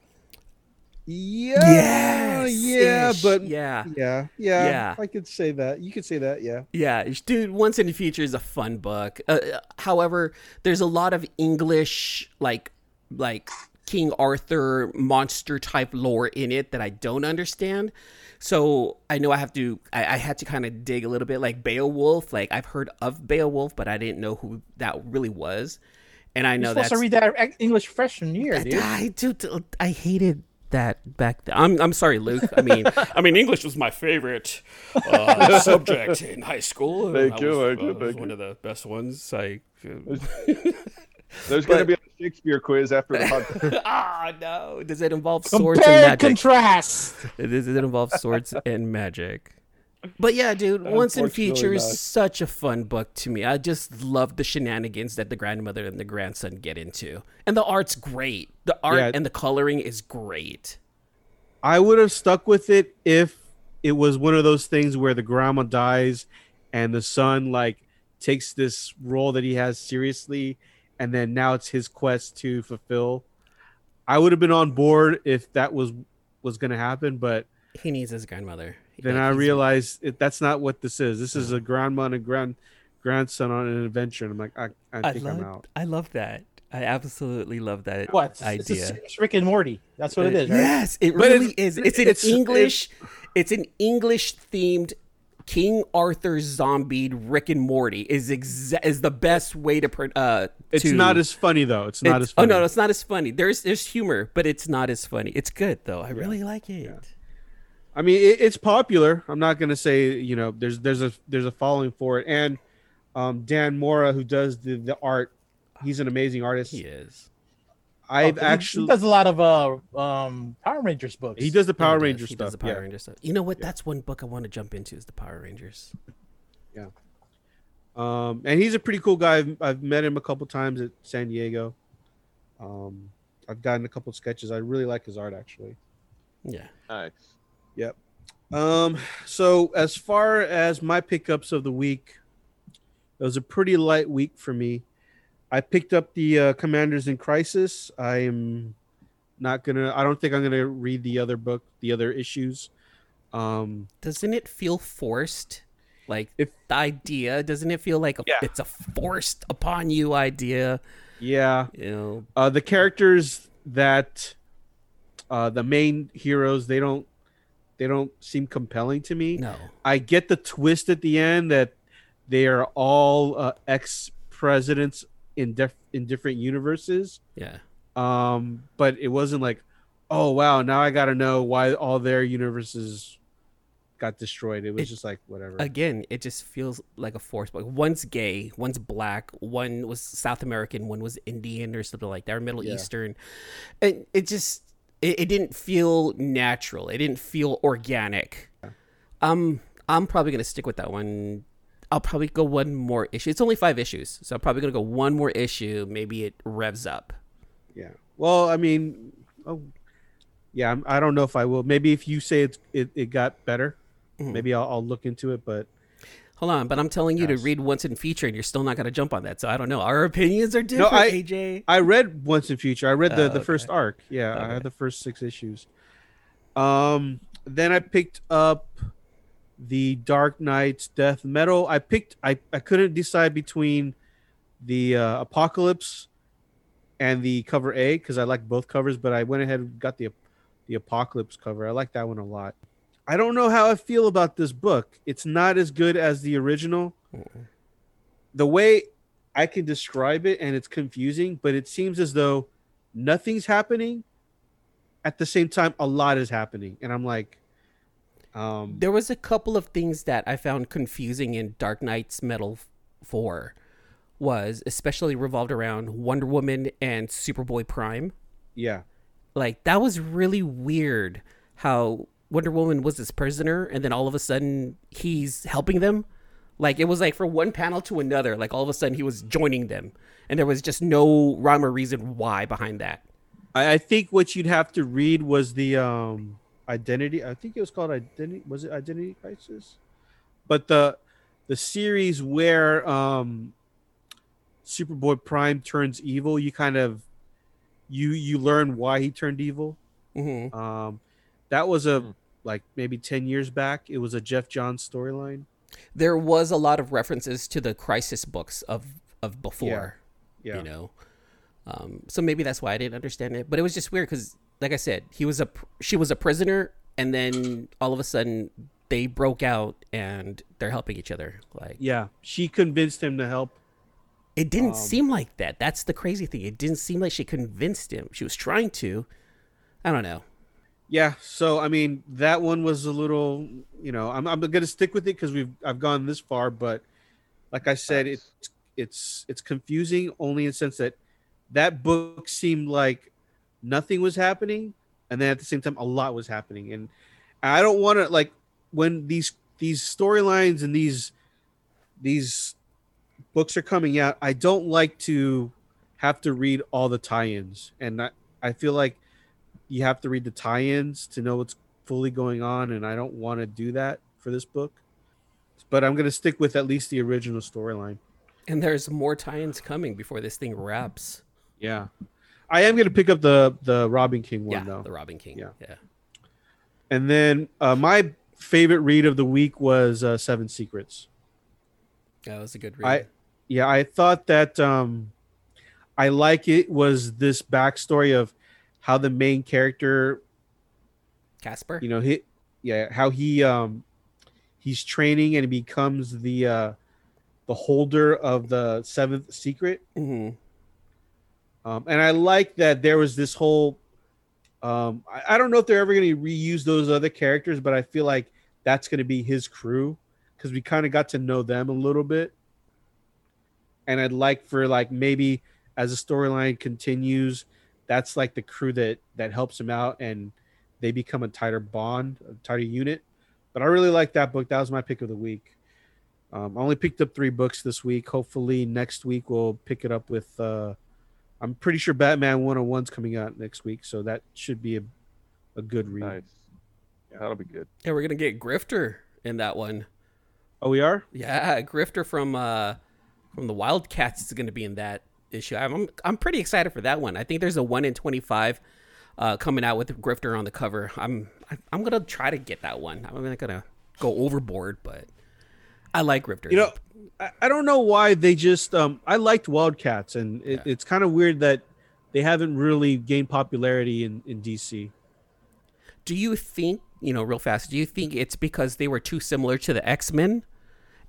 B: Oh,
E: yeah, yeah,
B: Yes-ish.
E: but
B: yeah.
E: yeah, yeah,
B: Yeah.
E: I could say that. You could say that. Yeah.
B: Yeah, dude, Once in the Future is a fun book. Uh, however, there's a lot of English like like King Arthur monster type lore in it that I don't understand. So I know I have to I, I had to kind of dig a little bit like Beowulf. Like I've heard of Beowulf, but I didn't know who that really was. And I
D: You're
B: know
D: supposed
B: that's
D: to read that ec- English freshman year, dude.
B: I do. I hated that back then. I'm I'm sorry, Luke. I mean, [laughs] I mean, English was my favorite [laughs] uh, subject in high school.
C: Thank
B: I
C: you,
B: was,
C: thank you,
B: uh, was
C: thank
B: one
C: you.
B: of the best ones. I
C: There's going to
B: but-
C: be a Shakespeare quiz after
B: [laughs]
C: the podcast.
B: [laughs] ah no. Does it involve swords
D: Compare and
B: and magic?
D: contrast.
B: Does it involve swords and magic? But yeah, dude, Once in
C: Unfortunately
B: Future is
C: not.
B: such a fun book to me. I just love the shenanigans that the grandmother and the grandson get into. And the art's great. The art
E: Yeah.
B: and the coloring is great.
E: I would have stuck with it if it was one of those things where the grandma dies and the son like takes this role that he has seriously and then now it's his quest to fulfill. I would have been on board if that was was going to happen, but
B: He needs his grandmother.
E: then
B: Like,
E: I
B: he's-
E: realized it, that's not what this is. This
B: Uh-huh.
E: is a grandma and a grand grandson on an adventure and I'm like I, I
B: I
E: think I'm
B: love.
E: out.
B: I love that. I absolutely love that
D: What? It's, it's a
B: idea.
D: serious Rick and Morty. That's
C: Uh,
D: what it is. Right?
B: Yes, it
E: But
B: really
E: it's-
B: is. It's an
E: it's-
B: English. It's an English themed King Arthur zombied Rick and Morty is exa- is the best way to pr- uh
E: It's
B: to-
E: not as funny though. It's not
B: it's-
E: as funny.
B: Oh no, it's not as funny. There's there's humor, but it's not as funny. It's good though. I really like it.
E: I mean, it, it's popular. I'm not gonna say you know there's there's a there's a following for it, and um, Dan Mora, who does the, the art. He's an amazing artist.
B: He is.
E: I've
D: Oh, he-
E: actually
D: he does a lot of uh um Power Rangers books.
E: he does the
B: He
E: Power
B: does-
E: Ranger
B: he
E: stuff.
B: Does the Power
E: yeah.
B: Ranger stuff. You know what? That's one book I want to jump into is the Power Rangers.
E: Um, and he's a pretty cool guy. I've, I've met him a couple times at San Diego. Um, I've gotten a couple sketches. I really like his art, actually.
B: Yeah.
C: Nice.
E: Um, so as far as my pickups of the week, it was a pretty light week for me. I picked up the uh, Commanders in Crisis. I'm not gonna. I don't think I'm gonna read the other book, the other issues. Um,
B: Doesn't it feel forced? Like
E: If-
B: the idea, doesn't it feel like a,
E: Yeah.
B: it's a forced upon you idea?
E: yeah,
B: You know,
E: uh, the characters that uh, the main heroes they don't they don't seem compelling to me.
B: no.
E: I get the twist at the end that they are all uh, ex presidents in def- in different universes.
B: Yeah.
E: Um, but it wasn't like, oh wow, now I got to know why all their universes got destroyed. It was
B: It-
E: just like whatever.
B: Again, it just feels like a forced book. One's gay, one's black, one was South American, one was Indian or something like that, or Middle
E: Yeah.
B: Eastern. And it just it, it didn't feel natural. It didn't feel organic. Um, I'm probably gonna stick with that one. I'll probably go one more issue. It's only five issues, so I'm probably gonna go one more issue. Maybe it revs up.
E: yeah. Well, I mean, oh, yeah. I'm, I don't know if I will. Maybe if you say it's it, it got better,
B: Mhm.
E: maybe I'll, I'll look into it. But
B: Hold on, but I'm telling you
E: Yes.
B: to read once in feature, and you're still not gonna jump on that. So I don't know. Our opinions are different.
E: I-
B: AJ.
E: I read Once in Future. I read the,
B: Oh,
E: the first
B: okay.
E: arc. Yeah, I
B: Okay.
E: had the first six issues. Um, then I picked up the Dark Knight's Death Metal. I picked. I I couldn't decide between the uh, Apocalypse and the cover A because I like both covers, but I went ahead and got the the Apocalypse cover. I like that one a lot. I don't know how I feel about this book. It's not as good as the original.
B: Mm-mm.
E: The way I can describe it and it's confusing, but it seems as though nothing's happening. At the same time, a lot is happening. And I'm like, um,
B: There was a couple of things that I found confusing in Dark Knight's Metal 4 was especially revolved around Wonder Woman and Superboy Prime.
E: yeah,
B: Like that was really weird how Wonder Woman was this prisoner and then all of a sudden he's helping them. Like it was like from one panel to another, like all of a sudden he was joining them and there was just no rhyme or reason why behind that.
E: I, I think what you'd have to read was the um, identity. I think it was called identity. Was it identity crisis? But the the series where um, Superboy Prime turns evil, you kind of you you learn why he turned evil.
B: hmm
E: Um, that was a
C: Hmm.
E: like maybe ten years back. It was a Jeff Johns storyline.
B: There was a lot of references to the Crisis books of of before.
E: Yeah,
B: you know um, so maybe that's why i didn't understand it but it was just weird because like i said he was a pr- she was a prisoner and then all of a sudden they broke out and they're helping each other like
E: yeah. She convinced him to help.
B: it didn't
E: Um,
B: seem like that that's the crazy thing it didn't seem like she convinced him she was trying to i don't know
E: Yeah. So I mean, that one was a little. You know, I'm I'm gonna stick with it because we've I've gone this far, but like I said, it it's it's confusing only in the sense that that book seemed like nothing was happening and then at the same time a lot was happening and i don't want to like when these these storylines and these these books are coming out i don't like to have to read all the tie-ins and i, I feel like you have to read the tie-ins to know what's fully going on and i don't want to do that for this book but i'm going to stick with at least the original storyline
B: and there's more tie-ins coming before this thing wraps
E: yeah i am going to pick up the the robin king one
B: yeah
E: though
B: the robin king
E: Yeah.
B: yeah
E: And then uh, my favorite read of the week was uh, Seven Secrets.
B: that was a good read
E: I- Yeah, I thought that um, I like it was this backstory of how the main character,
B: casper
E: you know, he, yeah, how he um, he's training and he becomes the uh, the holder of the seventh secret.
B: hmm
E: Um, and I like that there was this whole. Um, I, I don't know if they're ever going to reuse those other characters, but I feel like that's going to be his crew because we kind of got to know them a little bit. and I'd like for like maybe as the storyline continues, that's like the crew that that helps him out, and they become a tighter bond, a tighter unit. But I really like that book. That was my pick of the week. Um, I only picked up three books this week. Hopefully next week we'll pick it up with. Uh, I'm pretty sure Batman 101's coming out next week, so that should be a, a good read.
C: Nice. Yeah, that'll be good.
B: Yeah, we're gonna get Grifter in that one.
E: Oh, we are.
B: Yeah, Grifter from uh from the Wildcats is gonna be in that issue. I'm I'm pretty excited for that one. I think there's a one in twenty five uh coming out with Grifter on the cover. I'm I'm gonna try to get that one. I'm not gonna go overboard, but I like Grifter.
E: You know, I, I don't know why they just um I liked Wildcats, and it,
B: Yeah.
E: it's kind of weird that they haven't really gained popularity in in DC.
B: do you think you know real fast? Do you think it's because they were too similar to the X Men,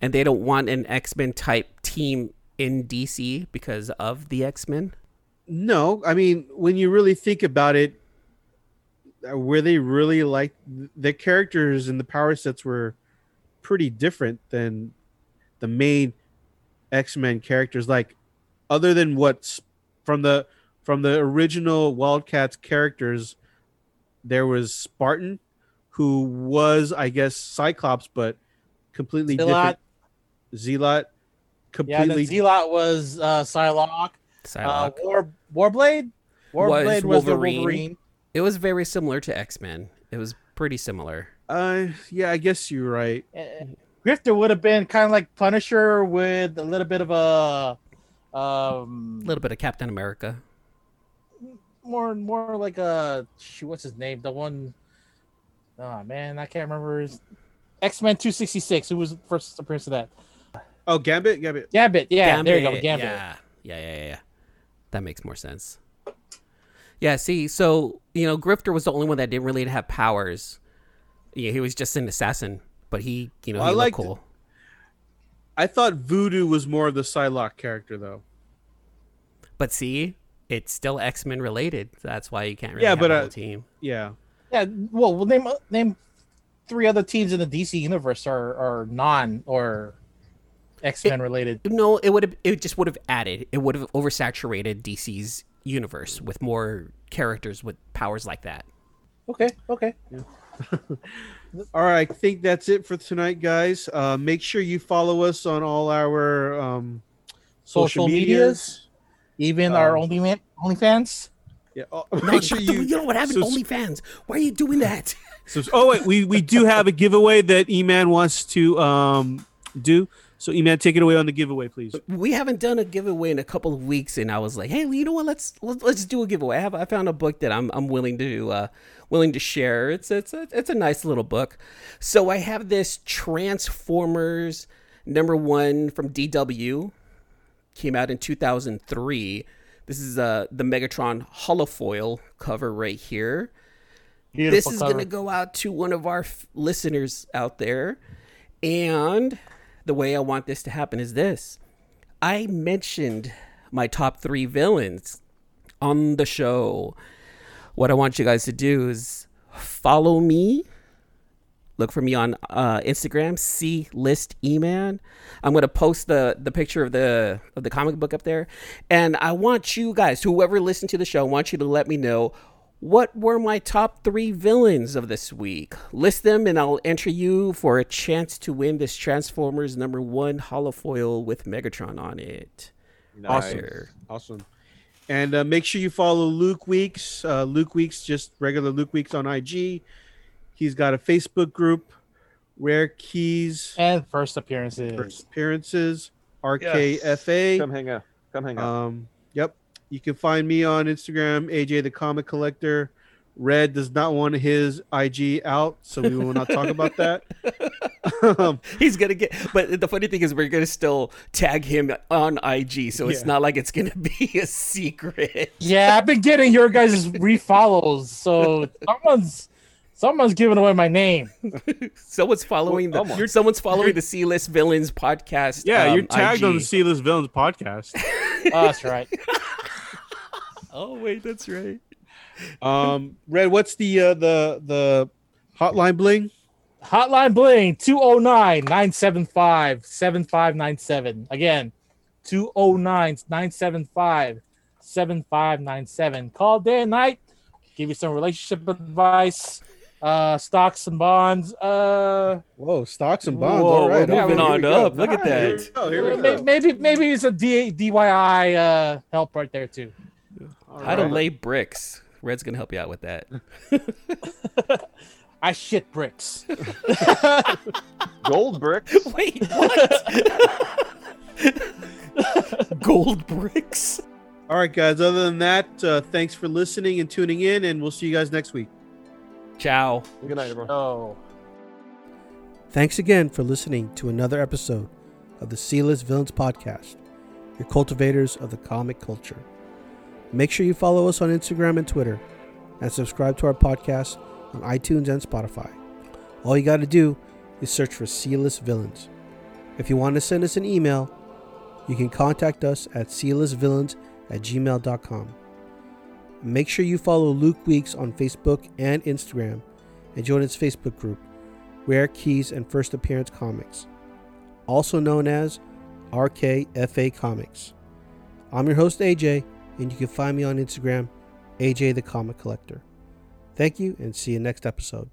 B: and they don't want an X Men type team in DC because of the X Men?
E: No, I mean when you really think about it, uh, were they really like the characters and the power sets were pretty different than the main X Men characters. Like, other than what's from the from the original Wildcats characters, there was Spartan, who was I guess Cyclops, but completely
D: Zilot.
E: different. Zealot,
D: Yeah, and then
E: completely
D: Zelot was uh, Psylocke. Uh,
B: Psylocke.
D: War Warblade.
B: Was
D: Warblade was, the
B: Wolverine.
D: Wolverine.
B: it was very similar to X Men. It was pretty similar.
E: uh, yeah, I guess you're right.
D: Uh, Grifter would have been kind of like Punisher with a little bit of a um
B: A little bit of Captain America.
D: more more like a shoot, what's his name? The one oh man, I can't remember his X Men two sixty six, who was the first appearance of that.
E: Oh, Gambit, Gambit.
D: Gambit, yeah, there you go,
B: Gambit,
D: Gambit.
B: Yeah. yeah, yeah, yeah, yeah. That makes more sense. Yeah, see, so you know, Grifter was the only one that didn't really have powers. Yeah, he was just an assassin, but he, you know,
E: Well, I
B: he looked
E: liked-
B: cool.
E: I thought Voodoo was more of the Psylocke character, though.
B: But see, it's still X Men related. That's why you can't really
E: Yeah,
B: have
E: but,
B: a
E: uh,
B: whole team.
E: Yeah,
D: Yeah, well, well name name three other teams in the DC universe are are non or X Men related.
B: No, it would have. It just would have added. It would have oversaturated DC's universe with more characters with powers like that.
D: Okay, okay.
E: All right, I think that's it for tonight, guys. Uh, make sure you follow us on all our um, social,
D: Social
E: medias.
D: medias. Even our
E: Um,
D: only man, OnlyFans.
E: Yeah, [laughs] oh,
B: No,
E: make sure
B: you,
E: you.
B: know what happened?
E: subs-
B: OnlyFans. Why are you doing that? [laughs]
E: subs- oh wait, we we do have a giveaway that Eman wants to um do. So Eman, take it away on the giveaway, please.
B: we haven't done a giveaway in a couple of weeks, and I was like, hey, you know what? Let's let's, let's do a giveaway. I have I found a book that I'm I'm willing to uh, willing to share. It's it's a, it's a nice little book. So I have this Transformers number one from DW came out in 2003. This is uh, the Megatron holofoil cover right here
D: Beautiful
B: this is
D: cover.
B: going to go out to one of our f- listeners out there. And the way I want this to happen is this I mentioned my top three villains on the show. What I want you guys to do is follow me. Look for me on uh, Instagram, C List Eman. I'm gonna post the the picture of the of the comic book up there, and I want you guys, whoever listened to the show, I want you to let me know what were my top three villains of this week. List them, and I'll enter you for a chance to win this Transformers number one holofoil with Megatron on it.
E: Awesome.
B: Nice.
E: Awesome. And uh, make sure you follow Luke Weeks. Uh, Luke Weeks, just regular Luke Weeks on IG. He's got a Facebook group, Rare Keys.
D: and first appearances.
E: first appearances,
C: Come
E: RKFA.
C: hang out. Come hang out.
E: Um, yep. You can find me on Instagram, AJ the Comic Collector. Red does not want his IG out, so we will not talk about
F: [laughs]
E: that. [laughs] um,
B: [laughs] He's gonna get, but the funny thing is, we're gonna still tag him on IG, so it's
E: Yeah.
B: not like it's gonna [laughs] be a secret.
D: Yeah, I've been getting your guys' [laughs] refollows, so someone's someone's giving away my name.
B: Someone's following
C: Well,
B: the
C: almost.
B: someone's following the C list villains podcast.
E: yeah,
B: um,
E: you're tagged on the
B: IG.
E: C List Villains podcast.
D: Oh, that's right.
B: Oh wait, that's right.
E: Um, Red, what's the uh, the the hotline bling?
D: oh Hotline Bling 209 975 7597. Again, 209 975 7597. Call day and night. Give you some relationship advice, uh, stocks and bonds. Uh,
E: Whoa, stocks and bonds.
F: Whoa,
E: All right.
F: we're
D: Yeah,
F: moving
D: well,
F: Uh, on up.
E: here we go.
F: Look at
E: Here
F: that.
E: we go, here we
D: may-
E: go.
D: maybe maybe it's a D- DIY uh, help right there too.
B: How to lay bricks. Red's gonna help you out with that.
D: I shit
E: [laughs]
D: bricks.
F: [laughs]
C: Gold bricks.
B: Wait, what? Gold bricks.
E: All right, guys. Other than that, uh, thanks for listening and tuning in, and we'll see you guys next week.
B: Ciao.
C: Good night, everyone.
D: Oh.
E: Thanks again for listening to another episode of the Sealess Villains Podcast, your cultivators of the comic culture. Make sure you follow us on Instagram and Twitter, and subscribe to our podcast on iTunes and Spotify. All you got to do is search for Sealess Villains. If you want to send us an email, you can contact us at sealessvillains at gmail.com. Make sure you follow Luke Weeks on Facebook and Instagram and join his Facebook group. Rare Keys and First Appearance Comics, also known as RKFA Comics. I'm your host, AJ, and you can find me on Instagram, AJ the Comic Collector. Thank you, and see you next episode.